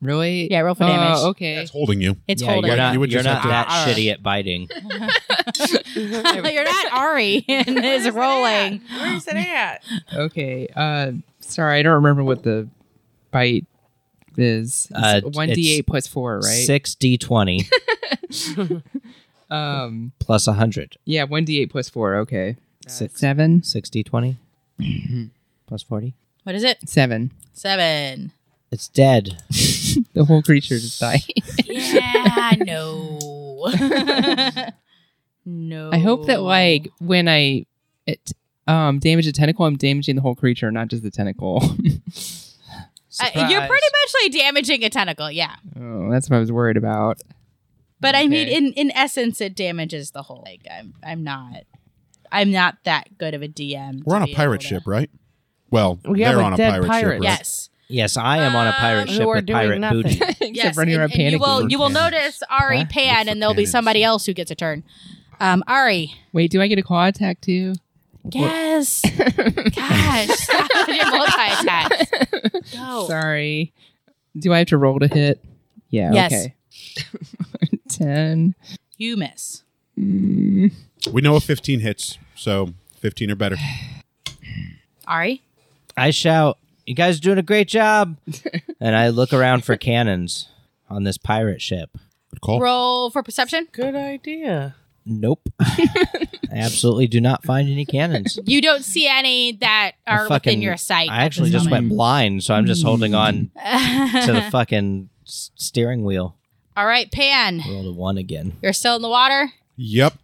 Speaker 1: Really?
Speaker 2: Yeah. Roll for damage.
Speaker 1: Oh, okay.
Speaker 3: That's holding you.
Speaker 2: It's
Speaker 4: yeah,
Speaker 2: holding.
Speaker 4: you're not,
Speaker 3: You would
Speaker 4: you are
Speaker 3: just
Speaker 4: not
Speaker 3: have to-
Speaker 4: that shitty at biting.
Speaker 2: you're not Ari and is rolling.
Speaker 8: Where's it at?
Speaker 1: Okay. Uh, sorry, I don't remember what the bite is.
Speaker 4: Uh,
Speaker 1: One d eight plus four, right?
Speaker 4: Six d20
Speaker 1: Um,
Speaker 4: plus 100.
Speaker 1: yeah, one d eight plus four. Okay. Seven.
Speaker 4: Six d20 plus 40.
Speaker 2: What is it?
Speaker 1: Seven.
Speaker 2: Seven.
Speaker 4: It's dead.
Speaker 1: The whole creature just died.
Speaker 2: Yeah, no. no.
Speaker 1: I hope that like when I it um damage the tentacle, I'm damaging the whole creature, not just the tentacle.
Speaker 2: Uh, you're pretty much like damaging a tentacle, yeah.
Speaker 1: oh, that's what I was worried about.
Speaker 2: But I mean,
Speaker 1: Okay.
Speaker 2: in in essence, it damages the whole. Like, I'm I'm not, I'm not that good of a DM. to
Speaker 3: We're on a
Speaker 2: be
Speaker 3: pirate
Speaker 2: able to-
Speaker 3: ship, right? Well,
Speaker 7: We have
Speaker 3: they're
Speaker 7: a
Speaker 3: on a
Speaker 7: dead
Speaker 3: pirate
Speaker 7: pirate.
Speaker 3: ship. Right?
Speaker 2: Yes,
Speaker 4: Yes, I am on a pirate
Speaker 7: Uh,
Speaker 4: ship
Speaker 7: who are
Speaker 4: with
Speaker 7: doing
Speaker 4: pirate
Speaker 7: nothing.
Speaker 4: booty.
Speaker 1: Except
Speaker 2: yes.
Speaker 1: running
Speaker 2: and,
Speaker 1: around
Speaker 2: and
Speaker 1: panicking.
Speaker 2: you will you will
Speaker 3: Cannons.
Speaker 2: notice Ari
Speaker 1: Huh?
Speaker 2: Pan,
Speaker 3: Look for
Speaker 2: and there'll be
Speaker 3: cannons.
Speaker 2: somebody else who gets a turn. Um, Ari,
Speaker 1: Wait, do I get a claw attack too?
Speaker 2: yes, gosh, stop with your multi attacks. Go.
Speaker 1: Sorry. Do I have to roll to hit? Yeah.
Speaker 2: Yes.
Speaker 1: Okay. Ten.
Speaker 2: You miss.
Speaker 1: Mm,
Speaker 3: We know of 15 hits, so 15 or better.
Speaker 2: Ari,
Speaker 4: I shout, "You guys are doing a great job!" and I look around for cannons on this pirate ship.
Speaker 3: Good call.
Speaker 2: roll for perception.
Speaker 7: Good idea.
Speaker 4: Nope. I absolutely do not find any cannons.
Speaker 2: You don't see any that
Speaker 4: I
Speaker 2: are
Speaker 4: fucking-
Speaker 2: within your sight.
Speaker 4: I actually just went blind, so I'm just holding on to the fucking s- steering wheel.
Speaker 2: All right, Pan.
Speaker 4: Roll a one again.
Speaker 2: You're still in the water.
Speaker 3: Yep.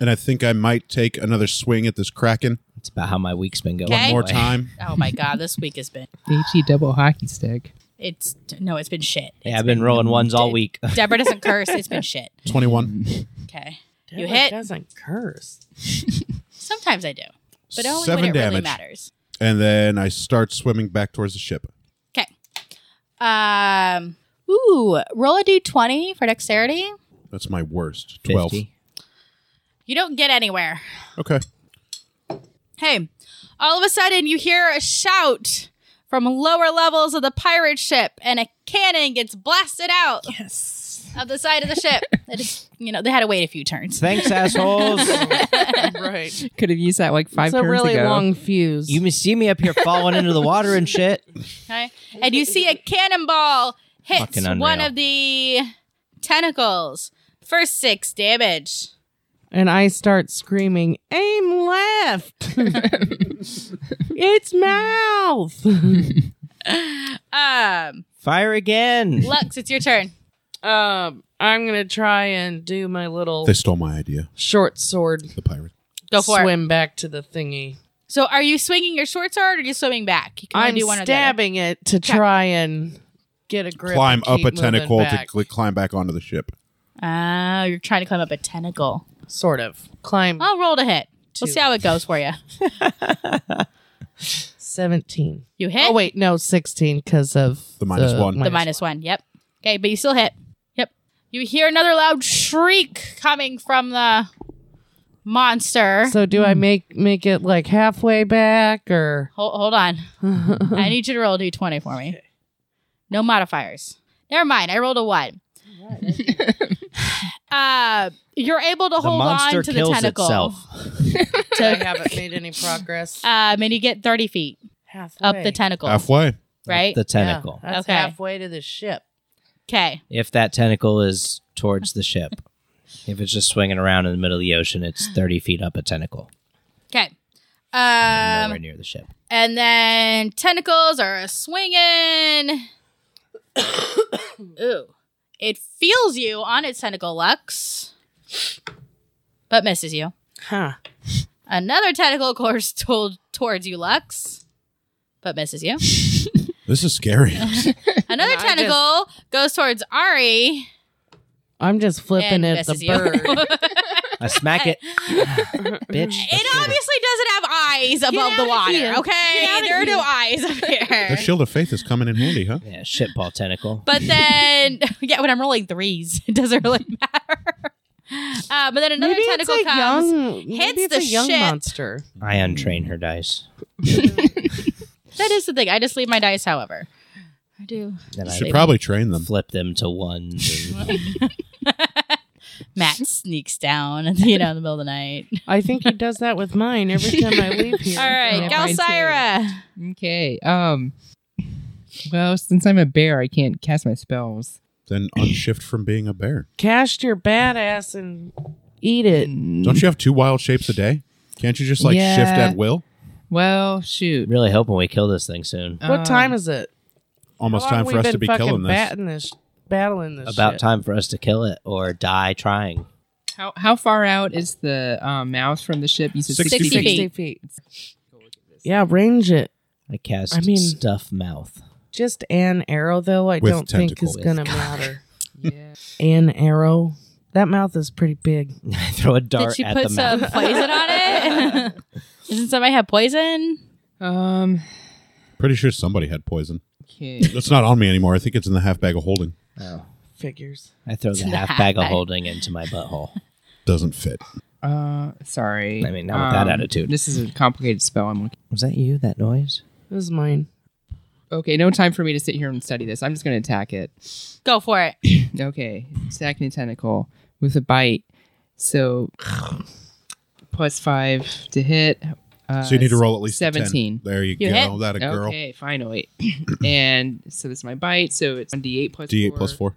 Speaker 3: And I think I might take another swing at this Kraken
Speaker 4: That's about how my week's been going.
Speaker 2: One
Speaker 3: one more
Speaker 4: anyway.
Speaker 3: time.
Speaker 2: Oh my god, this week has been
Speaker 1: H-E E double hockey stick.
Speaker 2: it's no, it's been shit.
Speaker 4: Yeah, I've been rolling ones all week.
Speaker 2: Deborah doesn't curse. It's been shit.
Speaker 3: 21.
Speaker 2: Okay, you hit.
Speaker 8: doesn't curse.
Speaker 2: Sometimes I do, but only
Speaker 3: Seven
Speaker 2: when it really
Speaker 3: damage.
Speaker 2: matters.
Speaker 3: And then I start swimming back towards the ship.
Speaker 2: Okay. Um. Ooh, roll a d20 for dexterity.
Speaker 3: That's my worst. 12.
Speaker 4: 50.
Speaker 2: You don't get anywhere.
Speaker 3: Okay.
Speaker 2: Hey, all of a sudden you hear a shout from lower levels of the pirate ship, and a cannon gets blasted out of the side of the ship. It is, you know, they had to wait a few turns.
Speaker 4: Thanks, assholes.
Speaker 8: right.
Speaker 1: Could have used that like five
Speaker 7: It's a
Speaker 1: turns
Speaker 7: really
Speaker 1: ago.
Speaker 7: long fuse.
Speaker 4: you must see me up here falling into the water and shit.
Speaker 2: Okay? And you see a cannonball hits
Speaker 4: Fucking unreal.
Speaker 2: one of the tentacles. First six damage.
Speaker 7: and I start screaming, aim left. it's mouth.
Speaker 2: Um,
Speaker 4: Fire again.
Speaker 2: Lux, it's your turn.
Speaker 7: um, I'm going to try and do my little
Speaker 3: They stole my idea,
Speaker 7: short sword
Speaker 3: the pirate.
Speaker 2: Go for it.
Speaker 7: swim back to the thingy.
Speaker 2: So, are you swinging your short sword or are you swimming back? You can only
Speaker 7: I'm
Speaker 2: do one or the other.
Speaker 7: stabbing it to try and get a grip.
Speaker 3: Climb
Speaker 7: and
Speaker 3: up
Speaker 7: keep
Speaker 3: a
Speaker 7: moving
Speaker 3: tentacle to
Speaker 7: back.
Speaker 3: cl- climb back onto the ship.
Speaker 2: Oh, you're trying to climb up a tentacle.
Speaker 7: sort of. Climb
Speaker 2: I'll roll to hit. we
Speaker 7: Two.
Speaker 2: We'll see how it goes for you.
Speaker 7: 17.
Speaker 2: You hit
Speaker 7: Oh, wait, no, 16 because of
Speaker 3: The minus one.
Speaker 2: Eh. the minus one. Yep. Okay, but you still hit. Yep. You hear another loud shriek coming from the monster.
Speaker 7: So do
Speaker 2: Hmm.
Speaker 7: I make make it like halfway back or
Speaker 2: Hold, hold on. I need you to roll a d20 for me. No modifiers. Never mind. I rolled a one. uh, you're able to
Speaker 4: The
Speaker 2: hold
Speaker 4: monster
Speaker 2: on to the
Speaker 4: kills
Speaker 2: tentacle.
Speaker 4: itself.
Speaker 7: I haven't made any progress?
Speaker 2: Um, and you get 30 feet
Speaker 7: halfway.
Speaker 2: up the tentacle,
Speaker 3: Halfway.
Speaker 2: right?
Speaker 4: The tentacle.
Speaker 7: That's
Speaker 2: Okay.
Speaker 7: halfway to the ship.
Speaker 2: Okay.
Speaker 4: If that tentacle is towards the ship, if it's just swinging around in the middle of the ocean, it's 30 feet up a tentacle.
Speaker 2: Okay.
Speaker 4: Nowhere
Speaker 2: Um,
Speaker 4: near the ship.
Speaker 2: and then tentacles are swinging. Ooh. It feels you on its tentacle, Lux, but misses you.
Speaker 8: Huh.
Speaker 2: Another tentacle course told towards you, Lux, but misses you.
Speaker 3: This is scary.
Speaker 2: Another
Speaker 7: And I
Speaker 2: tentacle goes towards Ari
Speaker 7: I'm just flipping
Speaker 2: and
Speaker 7: it the
Speaker 2: misses you.
Speaker 7: bird.
Speaker 4: I smack it. Bitch.
Speaker 2: it obviously doesn't have eyes above the water. Okay, there are no eyes up
Speaker 3: the
Speaker 2: here.
Speaker 3: shield of faith is coming in handy, huh?
Speaker 4: Yeah, shitball tentacle.
Speaker 2: But then, yeah, when I'm rolling threes, it doesn't really matter. Uh, but then another
Speaker 7: maybe
Speaker 2: tentacle
Speaker 7: it's a
Speaker 2: comes.
Speaker 7: young,
Speaker 2: hits
Speaker 7: maybe it's
Speaker 2: the
Speaker 7: a young
Speaker 2: ship.
Speaker 7: monster.
Speaker 4: I untrain her dice.
Speaker 2: That is the thing. I just leave my dice, however. I do.
Speaker 4: Then
Speaker 3: You
Speaker 4: I
Speaker 3: should probably train them.
Speaker 4: flip them to ones. and-
Speaker 2: Matt sneaks down, you know, in the middle of the night.
Speaker 7: I think he does that with mine every time I leave here.
Speaker 2: All right,
Speaker 1: Yeah, mine too.
Speaker 2: Galsira.
Speaker 1: Okay. Um. Well, since I'm a bear, I can't cast my spells.
Speaker 3: Then unshift from being a bear.
Speaker 7: Cast your badass and eat it.
Speaker 4: Mm,
Speaker 3: Don't you have two wild shapes a day? Can't you just like
Speaker 1: Yeah.
Speaker 3: shift at will?
Speaker 1: Well, shoot.
Speaker 4: really hoping we kill this thing soon.
Speaker 1: Um,
Speaker 7: What time is it?
Speaker 3: Almost
Speaker 7: How long
Speaker 3: time
Speaker 7: we
Speaker 3: for us
Speaker 7: been
Speaker 3: to be
Speaker 7: fucking
Speaker 3: killing this.
Speaker 7: batting this. Battling this Oh,
Speaker 4: About
Speaker 7: shit?
Speaker 4: time for us to kill it or die trying.
Speaker 1: How how far out is the um, mouse from the ship? You said
Speaker 3: 60
Speaker 1: 60
Speaker 2: feet.
Speaker 7: Sixty feet. Yeah, range it.
Speaker 4: I cast
Speaker 7: I mean-
Speaker 4: stuff mouth.
Speaker 7: Just an arrow, though. I
Speaker 3: With
Speaker 7: don't think is
Speaker 3: tentacles.
Speaker 7: gonna
Speaker 4: With-
Speaker 7: matter. An arrow. That mouth is pretty big.
Speaker 4: I throw a dart
Speaker 2: Did she
Speaker 4: at
Speaker 2: put
Speaker 4: the
Speaker 2: some
Speaker 4: mouth.
Speaker 2: poison on it? Doesn't somebody have poison?
Speaker 1: Um.
Speaker 3: Pretty sure somebody had poison.
Speaker 1: Okay.
Speaker 3: That's not on me anymore. I think it's in the half bag of holding.
Speaker 7: Figures.
Speaker 4: I throw the half bag of holding into my butthole.
Speaker 3: Doesn't fit.
Speaker 1: Uh. Sorry. Um,
Speaker 4: I mean, not with that attitude.
Speaker 1: This is a complicated spell. I'm looking.
Speaker 4: Was that you? That noise?
Speaker 7: This is mine.
Speaker 1: Okay. No time for me to sit here and study this. I'm just going to attack it.
Speaker 2: Go for it.
Speaker 1: Okay. Second tentacle with a bite. So plus five to hit. Uh,
Speaker 3: So you need to roll at least a 10.
Speaker 1: 17.
Speaker 3: There you,
Speaker 2: You
Speaker 3: go.
Speaker 2: hit?
Speaker 3: That a girl.
Speaker 1: Okay, finally. and so this is my bite. So it's on D8 plus
Speaker 3: D8
Speaker 1: four,
Speaker 3: plus 4.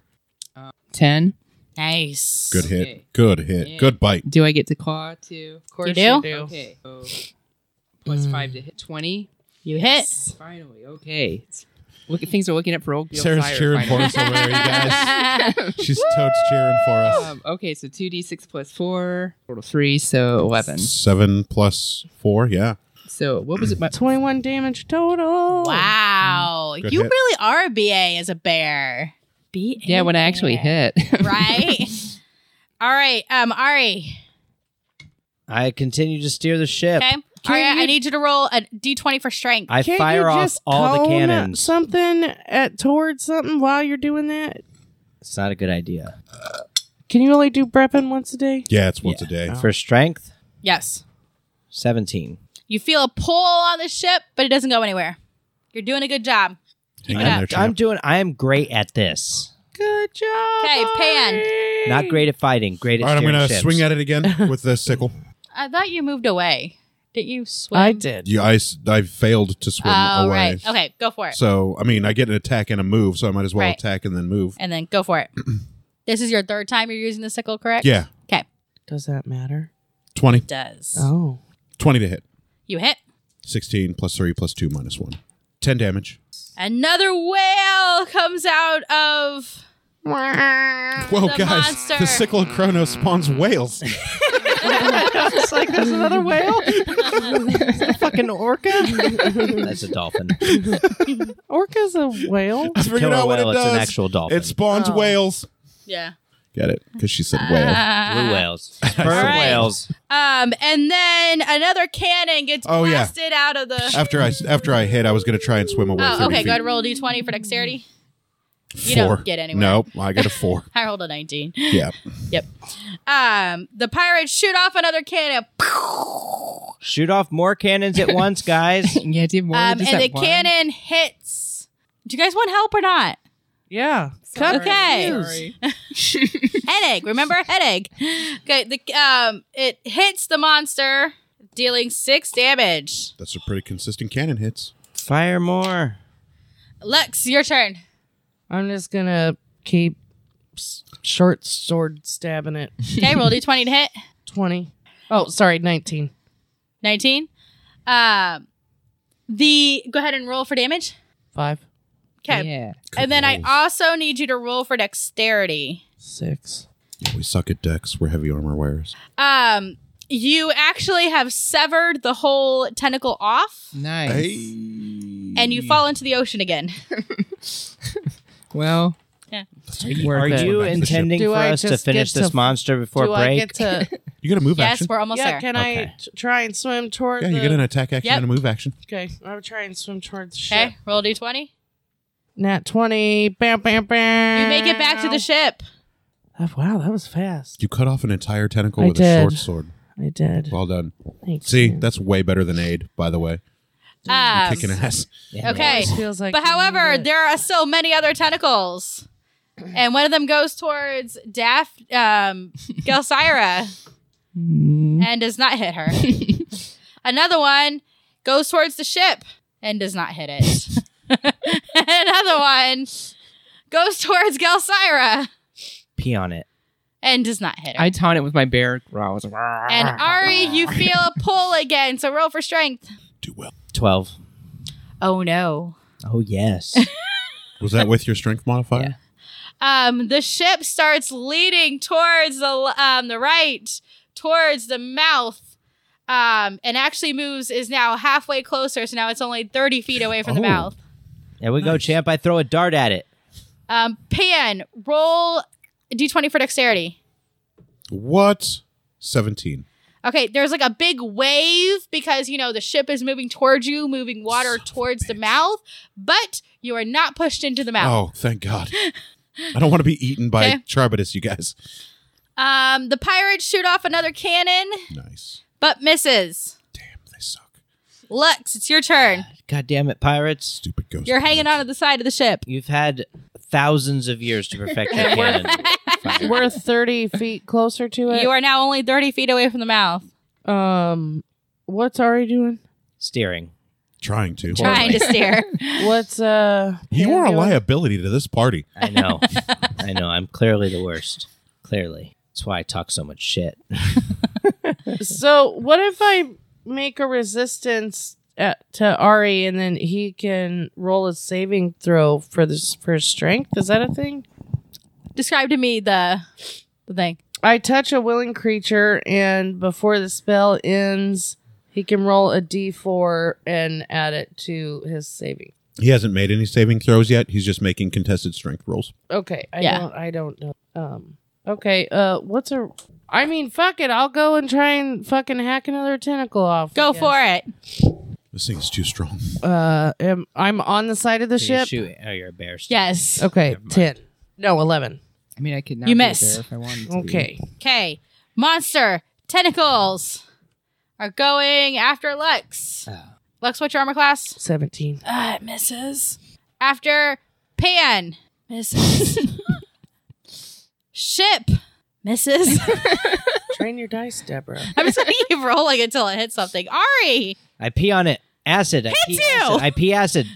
Speaker 1: 10.
Speaker 2: Nice.
Speaker 3: Good
Speaker 1: Okay.
Speaker 3: hit. Good hit.
Speaker 1: Yeah.
Speaker 3: Good bite.
Speaker 1: Do I get to claw too?
Speaker 7: Of course
Speaker 2: You do? Mm.
Speaker 1: Okay. So, plus five to hit twenty.
Speaker 2: You hit.
Speaker 1: Finally, okay. It's- Look, things are looking up for old. Gil
Speaker 3: Sarah's
Speaker 1: Fire
Speaker 3: cheering for
Speaker 1: finally.
Speaker 3: us over there, you guys. She's totes cheering for us.
Speaker 1: Um, okay, so two d six plus four, total three, so eleven.
Speaker 3: Seven plus four. Yeah.
Speaker 1: So what was it? My,
Speaker 7: 21 damage total.
Speaker 2: Wow.
Speaker 3: Good
Speaker 2: you
Speaker 3: hit.
Speaker 2: really are a BA as a bear. BA.
Speaker 1: yeah, when I actually hit.
Speaker 2: Right? All right. Um, Ari.
Speaker 4: I continue to steer the ship.
Speaker 2: Okay. Ari,
Speaker 7: Can
Speaker 2: I
Speaker 7: you-
Speaker 2: need you to roll a d20 for strength.
Speaker 4: I
Speaker 7: Can't
Speaker 4: fire
Speaker 7: you
Speaker 4: off
Speaker 7: just
Speaker 4: all the
Speaker 7: cone
Speaker 4: cannons.
Speaker 7: Something at towards something while you're doing that.
Speaker 4: it's not a good idea.
Speaker 7: Can you only do brepping once a day?
Speaker 3: Yeah, it's once
Speaker 4: Yeah.
Speaker 3: a day.
Speaker 4: For strength,
Speaker 2: yes.
Speaker 4: 17.
Speaker 2: You feel a pull on the ship, but it doesn't go anywhere. You're doing a good job. it
Speaker 3: Hang on
Speaker 2: up.
Speaker 3: there,
Speaker 4: I'm
Speaker 3: champ.
Speaker 4: doing, I am great at this.
Speaker 7: Good job.
Speaker 2: Okay, Pan.
Speaker 4: Not great at fighting, great at
Speaker 3: All right, I'm
Speaker 4: steering
Speaker 3: going to
Speaker 4: ships.
Speaker 3: swing at it again with the sickle.
Speaker 2: I thought you moved away. Didn't you swim?
Speaker 7: I did.
Speaker 3: Yeah, I, s- I failed to swim
Speaker 2: Oh,
Speaker 3: away.
Speaker 2: right. Okay, go for it.
Speaker 3: So, I mean, I get an attack and a move, so I might as well
Speaker 2: Right.
Speaker 3: attack and then move.
Speaker 2: and then go for it. this is your third time you're using the sickle, correct?
Speaker 3: Yeah,
Speaker 2: Okay.
Speaker 7: Does that matter?
Speaker 3: 20.
Speaker 2: Does.
Speaker 7: Oh.
Speaker 3: 20 to hit.
Speaker 2: You hit.
Speaker 3: 16 plus 3 plus 2 minus 1. 10 damage.
Speaker 2: Another whale comes out of
Speaker 3: Whoa,
Speaker 2: The
Speaker 3: guys.
Speaker 2: monster.
Speaker 3: The sickle of Kronos spawns whales.
Speaker 7: it's like there's another whale. fucking orca.
Speaker 4: That's a dolphin.
Speaker 7: Orca's a whale.
Speaker 3: I
Speaker 4: Kill
Speaker 3: figured
Speaker 4: a
Speaker 3: out what it
Speaker 4: whale, it's an
Speaker 3: does.
Speaker 4: actual dolphin.
Speaker 3: It spawns
Speaker 2: Oh.
Speaker 3: whales.
Speaker 2: Yeah.
Speaker 3: Get it? Because she said
Speaker 2: Uh,
Speaker 3: whale.
Speaker 7: Ah.
Speaker 4: Blue whales. Fur
Speaker 2: right.
Speaker 4: whales.
Speaker 2: Um, and then another cannon gets
Speaker 3: Oh, yeah.
Speaker 2: blasted out of the.
Speaker 3: After I after I hit, I was going to try and swim away.
Speaker 2: Oh,
Speaker 3: 30
Speaker 2: okay.
Speaker 3: feet.
Speaker 2: Go ahead and roll a d20 for dexterity. You
Speaker 3: Four.
Speaker 2: don't get anywhere.
Speaker 3: Nope, I got a four.
Speaker 2: I rolled a 19.
Speaker 3: yeah,
Speaker 2: Um, the pirates shoot off another cannon.
Speaker 4: Shoot off more cannons at once, guys.
Speaker 1: yeah, did more.
Speaker 2: Um,
Speaker 1: just
Speaker 2: and the
Speaker 1: that one.
Speaker 2: cannon hits. Do you guys want help or not?
Speaker 7: Yeah.
Speaker 2: Okay.
Speaker 8: Sorry.
Speaker 2: headache. Remember headache. Okay. The um, it hits the monster, dealing six damage.
Speaker 3: that's a pretty consistent cannon hits.
Speaker 4: Fire more.
Speaker 2: Lex, your turn.
Speaker 7: I'm just going to keep s- short sword stabbing it.
Speaker 2: Okay, roll d20 to hit.
Speaker 7: 20. Oh, sorry, 19.
Speaker 2: 19. Um, the go ahead and roll for damage.
Speaker 7: 5.
Speaker 2: Okay.
Speaker 1: Yeah.
Speaker 2: And then I
Speaker 3: Good rolls.
Speaker 2: also need you to roll for dexterity.
Speaker 7: 6.
Speaker 3: We suck at decks. We're heavy armor wearers.
Speaker 2: Um, you actually have severed the whole tentacle off,
Speaker 1: Nice.
Speaker 2: and you fall into the ocean again.
Speaker 1: Well, Worth
Speaker 4: Are
Speaker 1: it.
Speaker 4: you
Speaker 3: Back to the ship.
Speaker 4: intending
Speaker 7: Do
Speaker 4: for
Speaker 7: I
Speaker 4: us to
Speaker 7: just
Speaker 4: finish
Speaker 7: get
Speaker 4: this
Speaker 7: to-
Speaker 4: monster before
Speaker 7: Do I
Speaker 4: break?
Speaker 7: get to.
Speaker 3: You get a move
Speaker 2: yes,
Speaker 3: action.
Speaker 2: we're almost
Speaker 7: yeah,
Speaker 2: there.
Speaker 7: can
Speaker 4: Okay.
Speaker 7: I t- try and swim toward
Speaker 3: Yeah,
Speaker 7: the.
Speaker 3: you get an attack action
Speaker 2: Yep.
Speaker 3: and a move action.
Speaker 7: Okay, I'll try and swim toward the ship.
Speaker 2: Okay, roll d20.
Speaker 7: Nat 20. Bam, bam, bam.
Speaker 2: You make it back to the ship.
Speaker 7: Oh, wow, that was fast.
Speaker 3: You cut off an entire tentacle
Speaker 7: I
Speaker 3: with a
Speaker 7: did.
Speaker 3: short sword.
Speaker 7: I did.
Speaker 3: Well done.
Speaker 7: Thanks.
Speaker 3: See,
Speaker 7: man.
Speaker 3: that's way better than aid, by the way.
Speaker 2: Um,
Speaker 3: Kicking ass.
Speaker 2: okay.
Speaker 7: Always feels like
Speaker 2: But
Speaker 7: you need
Speaker 2: however,
Speaker 7: it.
Speaker 2: there are still many other tentacles. And one of them goes towards Daft um Gelsira and does not hit her. Another one goes towards the ship and does not hit it. Another one goes towards Gelsira
Speaker 4: Pee on it.
Speaker 2: and does not hit her.
Speaker 1: I taunt it with my bear growl. It's like, "Rah."
Speaker 2: and Ari, you feel a pull again, so roll for strength.
Speaker 3: Do well.
Speaker 4: 12.
Speaker 2: Oh no.
Speaker 4: Oh, yes.
Speaker 3: Was that with your strength modifier?
Speaker 2: um, the ship starts leading towards the l- um, the right, towards the mouth, um, and actually moves is now halfway closer. So now it's only thirty feet away from the
Speaker 3: Oh.
Speaker 2: mouth.
Speaker 4: There we go, champ. I throw a dart at it.
Speaker 2: Um, Pan, roll d twenty for dexterity.
Speaker 3: What? 17.
Speaker 2: Okay, there's like a big wave because you know the ship is moving towards you, moving water towards the mouth, but you are not pushed into the mouth.
Speaker 3: Oh, thank God. I don't want to be eaten by
Speaker 2: Okay.
Speaker 3: Charbitus, you guys.
Speaker 2: Um, the pirates shoot off another cannon,
Speaker 3: Nice.
Speaker 2: but misses.
Speaker 3: Damn, they suck.
Speaker 2: Lux, it's your turn.
Speaker 4: God damn it, pirates.
Speaker 3: Stupid ghost.
Speaker 2: You're hanging on to the side of the ship.
Speaker 4: You've had thousands of years to perfect that cannon. Fire.
Speaker 7: We're 30 feet closer to it.
Speaker 2: You are now only 30 feet away from the mouth,
Speaker 7: Um, what's Ari doing?
Speaker 4: Steering.
Speaker 3: Trying to.
Speaker 2: trying to steer.
Speaker 7: What's uh?
Speaker 3: You
Speaker 7: Pam
Speaker 3: are a
Speaker 7: doing?
Speaker 3: liability to this party.
Speaker 4: I know. I know. I'm clearly the worst. Clearly. That's why I talk so much shit.
Speaker 7: So what if I make a resistance at, to Ari, and then he can roll a saving throw for this for strength? Is that a thing?
Speaker 2: Describe to me the the thing.
Speaker 7: I touch a willing creature, and before the spell ends, he can roll a d4 and add it to his saving.
Speaker 3: He hasn't made any saving throws yet. He's just making contested strength rolls.
Speaker 7: Okay, I
Speaker 2: Yeah.
Speaker 7: don't. I don't know. Um. Okay. Uh. What's a? I mean, fuck it. I'll go and try and fucking hack another tentacle off.
Speaker 2: Go for it.
Speaker 3: This thing is too strong.
Speaker 7: for. Uh. Am, I'm on the side of the
Speaker 4: So you
Speaker 7: ship.
Speaker 4: shoot- oh, you're a bear.
Speaker 2: Yes.
Speaker 7: Okay. Ten. No, eleven.
Speaker 1: I mean, I could not
Speaker 2: You
Speaker 1: be a
Speaker 2: miss.
Speaker 1: bear if I wanted to.
Speaker 7: Okay.
Speaker 2: Okay. Monster tentacles are going after Lux.
Speaker 4: Oh.
Speaker 2: Lux, what's your armor class?
Speaker 7: Seventeen.
Speaker 2: Uh, it misses. After Pan misses. Ship misses.
Speaker 7: Train your dice, Deborah.
Speaker 2: I'm just gonna keep rolling until I hit something. Ari,
Speaker 4: I pee on it. Acid. I pee
Speaker 2: you!
Speaker 4: acid. I pee acid.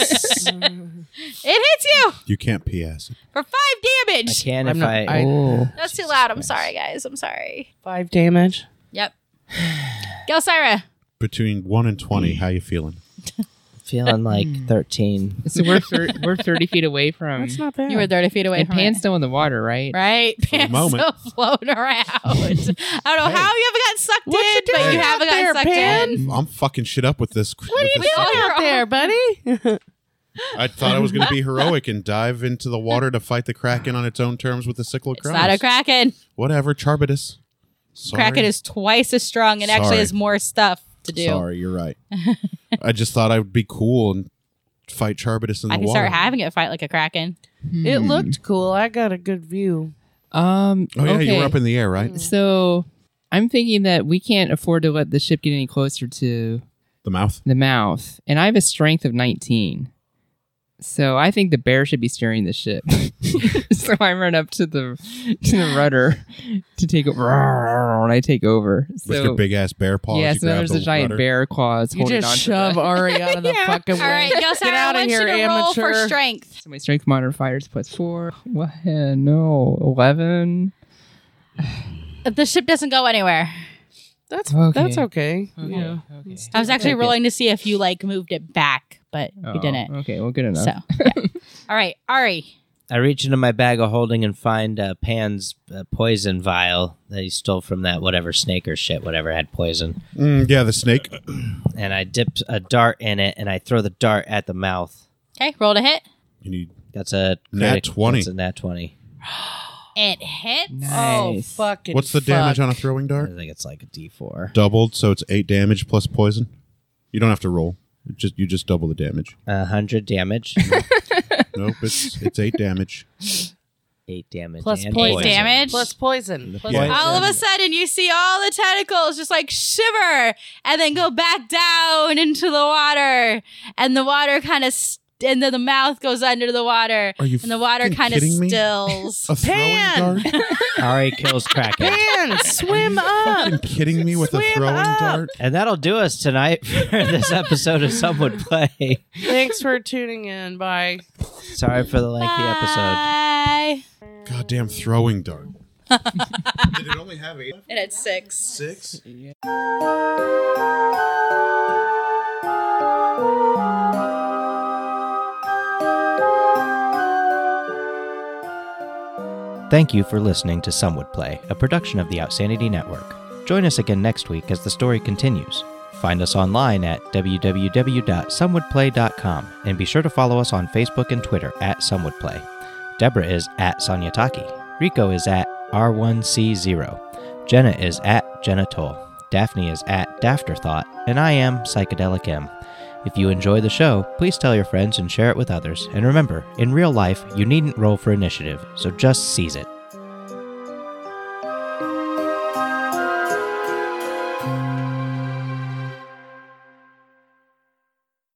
Speaker 2: it hits you
Speaker 3: You can't pee acid.
Speaker 2: for five
Speaker 4: I
Speaker 2: damage.
Speaker 4: can
Speaker 7: I'm
Speaker 4: if
Speaker 7: not-
Speaker 4: I.
Speaker 7: I-
Speaker 2: That's too
Speaker 4: Jesus
Speaker 2: loud. I'm
Speaker 4: Christ.
Speaker 2: sorry, guys. I'm sorry.
Speaker 7: Five damage.
Speaker 2: Yep. Gelsira.
Speaker 3: Between one and twenty, how you feeling?
Speaker 4: feeling like 13.
Speaker 1: So we're thir- we're thirty feet away from.
Speaker 7: That's not bad.
Speaker 2: You were 30 feet away
Speaker 1: and
Speaker 2: from
Speaker 1: Pan's
Speaker 2: it.
Speaker 1: still in the water, right?
Speaker 2: Right?
Speaker 3: the
Speaker 2: Pan's
Speaker 3: moment.
Speaker 2: still floating around. I don't know how you haven't gotten sucked
Speaker 7: What
Speaker 2: in,
Speaker 7: you
Speaker 2: but
Speaker 7: doing
Speaker 2: you
Speaker 7: out
Speaker 2: haven't
Speaker 7: there,
Speaker 2: gotten sucked
Speaker 7: Pan?
Speaker 2: in.
Speaker 3: I'm fucking shit up with this. What are
Speaker 2: doing out
Speaker 7: there, buddy.
Speaker 3: I thought I was going to be heroic and dive into the water to fight the kraken on its own terms with the sickle
Speaker 2: It's not a kraken.
Speaker 3: Whatever, Charbitus. Sorry.
Speaker 2: Kraken is twice as strong and actually
Speaker 3: Sorry.
Speaker 2: has more stuff to do.
Speaker 3: Sorry, you're right. I just thought I would be cool and fight Charbitus in
Speaker 2: I
Speaker 3: the
Speaker 2: can
Speaker 3: water.
Speaker 2: start having it fight like a kraken.
Speaker 1: Hmm.
Speaker 7: It looked cool. I got a good view.
Speaker 1: Um.
Speaker 3: oh yeah,
Speaker 1: okay.
Speaker 3: you were up in the air, right?
Speaker 2: Mm.
Speaker 1: so I'm thinking that we can't afford to let the ship get any closer to
Speaker 3: The mouth.
Speaker 1: the mouth, and I have a strength of 19. So I think the bear should be steering the ship. so I run up to the to the rudder to take over, and I take over. So
Speaker 3: With your big ass bear paws.
Speaker 1: yeah,
Speaker 3: you
Speaker 1: so now
Speaker 3: grab
Speaker 1: there's
Speaker 3: the
Speaker 1: a giant
Speaker 3: rudder.
Speaker 1: bear claws
Speaker 7: You
Speaker 1: holding on
Speaker 7: just shove
Speaker 1: to
Speaker 7: Ari out of the fucking way.
Speaker 2: All right, Gelsira,
Speaker 7: Get
Speaker 2: I
Speaker 7: out of
Speaker 2: want
Speaker 7: here,
Speaker 2: you to roll
Speaker 7: amateur.
Speaker 2: for strength.
Speaker 1: So my strength modifier fires plus four. What? No, eleven.
Speaker 2: The ship doesn't go anywhere.
Speaker 7: That's
Speaker 1: Okay.
Speaker 7: that's okay.
Speaker 1: Mm-hmm.
Speaker 7: Yeah.
Speaker 1: okay.
Speaker 2: I was actually
Speaker 1: Take it.
Speaker 2: rolling to see if you like moved it back, but you
Speaker 1: Oh,
Speaker 2: didn't.
Speaker 1: Okay, well, good enough.
Speaker 2: So, yeah. all right, Ari.
Speaker 4: I reach into my bag of holding and find uh, Pan's uh, poison vial that he stole from that whatever snake or shit, whatever had poison.
Speaker 3: Mm, yeah, the snake.
Speaker 4: And I dip a dart in it and I throw the dart at the mouth.
Speaker 2: Okay, roll to hit.
Speaker 3: You need
Speaker 4: That's a
Speaker 3: Nat
Speaker 4: critic-
Speaker 3: 20.
Speaker 4: That's a nat 20.
Speaker 2: It hits.
Speaker 7: Oh
Speaker 1: nice.
Speaker 7: fucking.
Speaker 3: What's the
Speaker 7: fuck.
Speaker 3: damage on a throwing
Speaker 4: I
Speaker 3: dart?
Speaker 4: think it's like a d4.
Speaker 3: Doubled, so it's eight damage plus poison. You don't have to roll. You just you just double the damage.
Speaker 4: A 100 damage.
Speaker 3: Nope, it's it's eight damage.
Speaker 4: 8 damage.
Speaker 7: Plus
Speaker 4: and
Speaker 7: poison.
Speaker 2: Eight damage.
Speaker 7: Plus poison. Plus
Speaker 3: Yeah.
Speaker 7: poison.
Speaker 2: all of a sudden, you see all the tentacles just like shiver and then go back down into the water. And the water kind of, st- and then the mouth goes under the water.
Speaker 3: Are you
Speaker 2: And the water
Speaker 3: fucking
Speaker 2: kind of
Speaker 3: kidding me?
Speaker 2: stills.
Speaker 3: A throwing dart?
Speaker 4: Ari kills Kraken.
Speaker 7: Man, swim up.
Speaker 3: fucking kidding me with a
Speaker 7: Swim
Speaker 3: throwing
Speaker 7: up.
Speaker 3: dart?
Speaker 4: And that'll do us tonight for this episode of Someone Play.
Speaker 7: Thanks for tuning in. Bye.
Speaker 4: Sorry for the lengthy episode.
Speaker 2: Bye.
Speaker 3: Goddamn throwing dart. Did it only have eight?
Speaker 2: And it's six.
Speaker 3: Six?
Speaker 4: Thank you for listening to Some Would Play, a production of the Outsanity Network. Join us again next week as the story continues. Find us online at www.somewouldplay.com and be sure to follow us on Facebook and Twitter at Some Would Play. Deborah is at Sanyataki. Rico is at R1C0. Jenna is at Jenna Toll. Daphne is at Dafterthought. And I am Psychedelic M. If you enjoy the show, please tell your friends and share it with others. And remember, in real life, you needn't roll for initiative, so just seize it.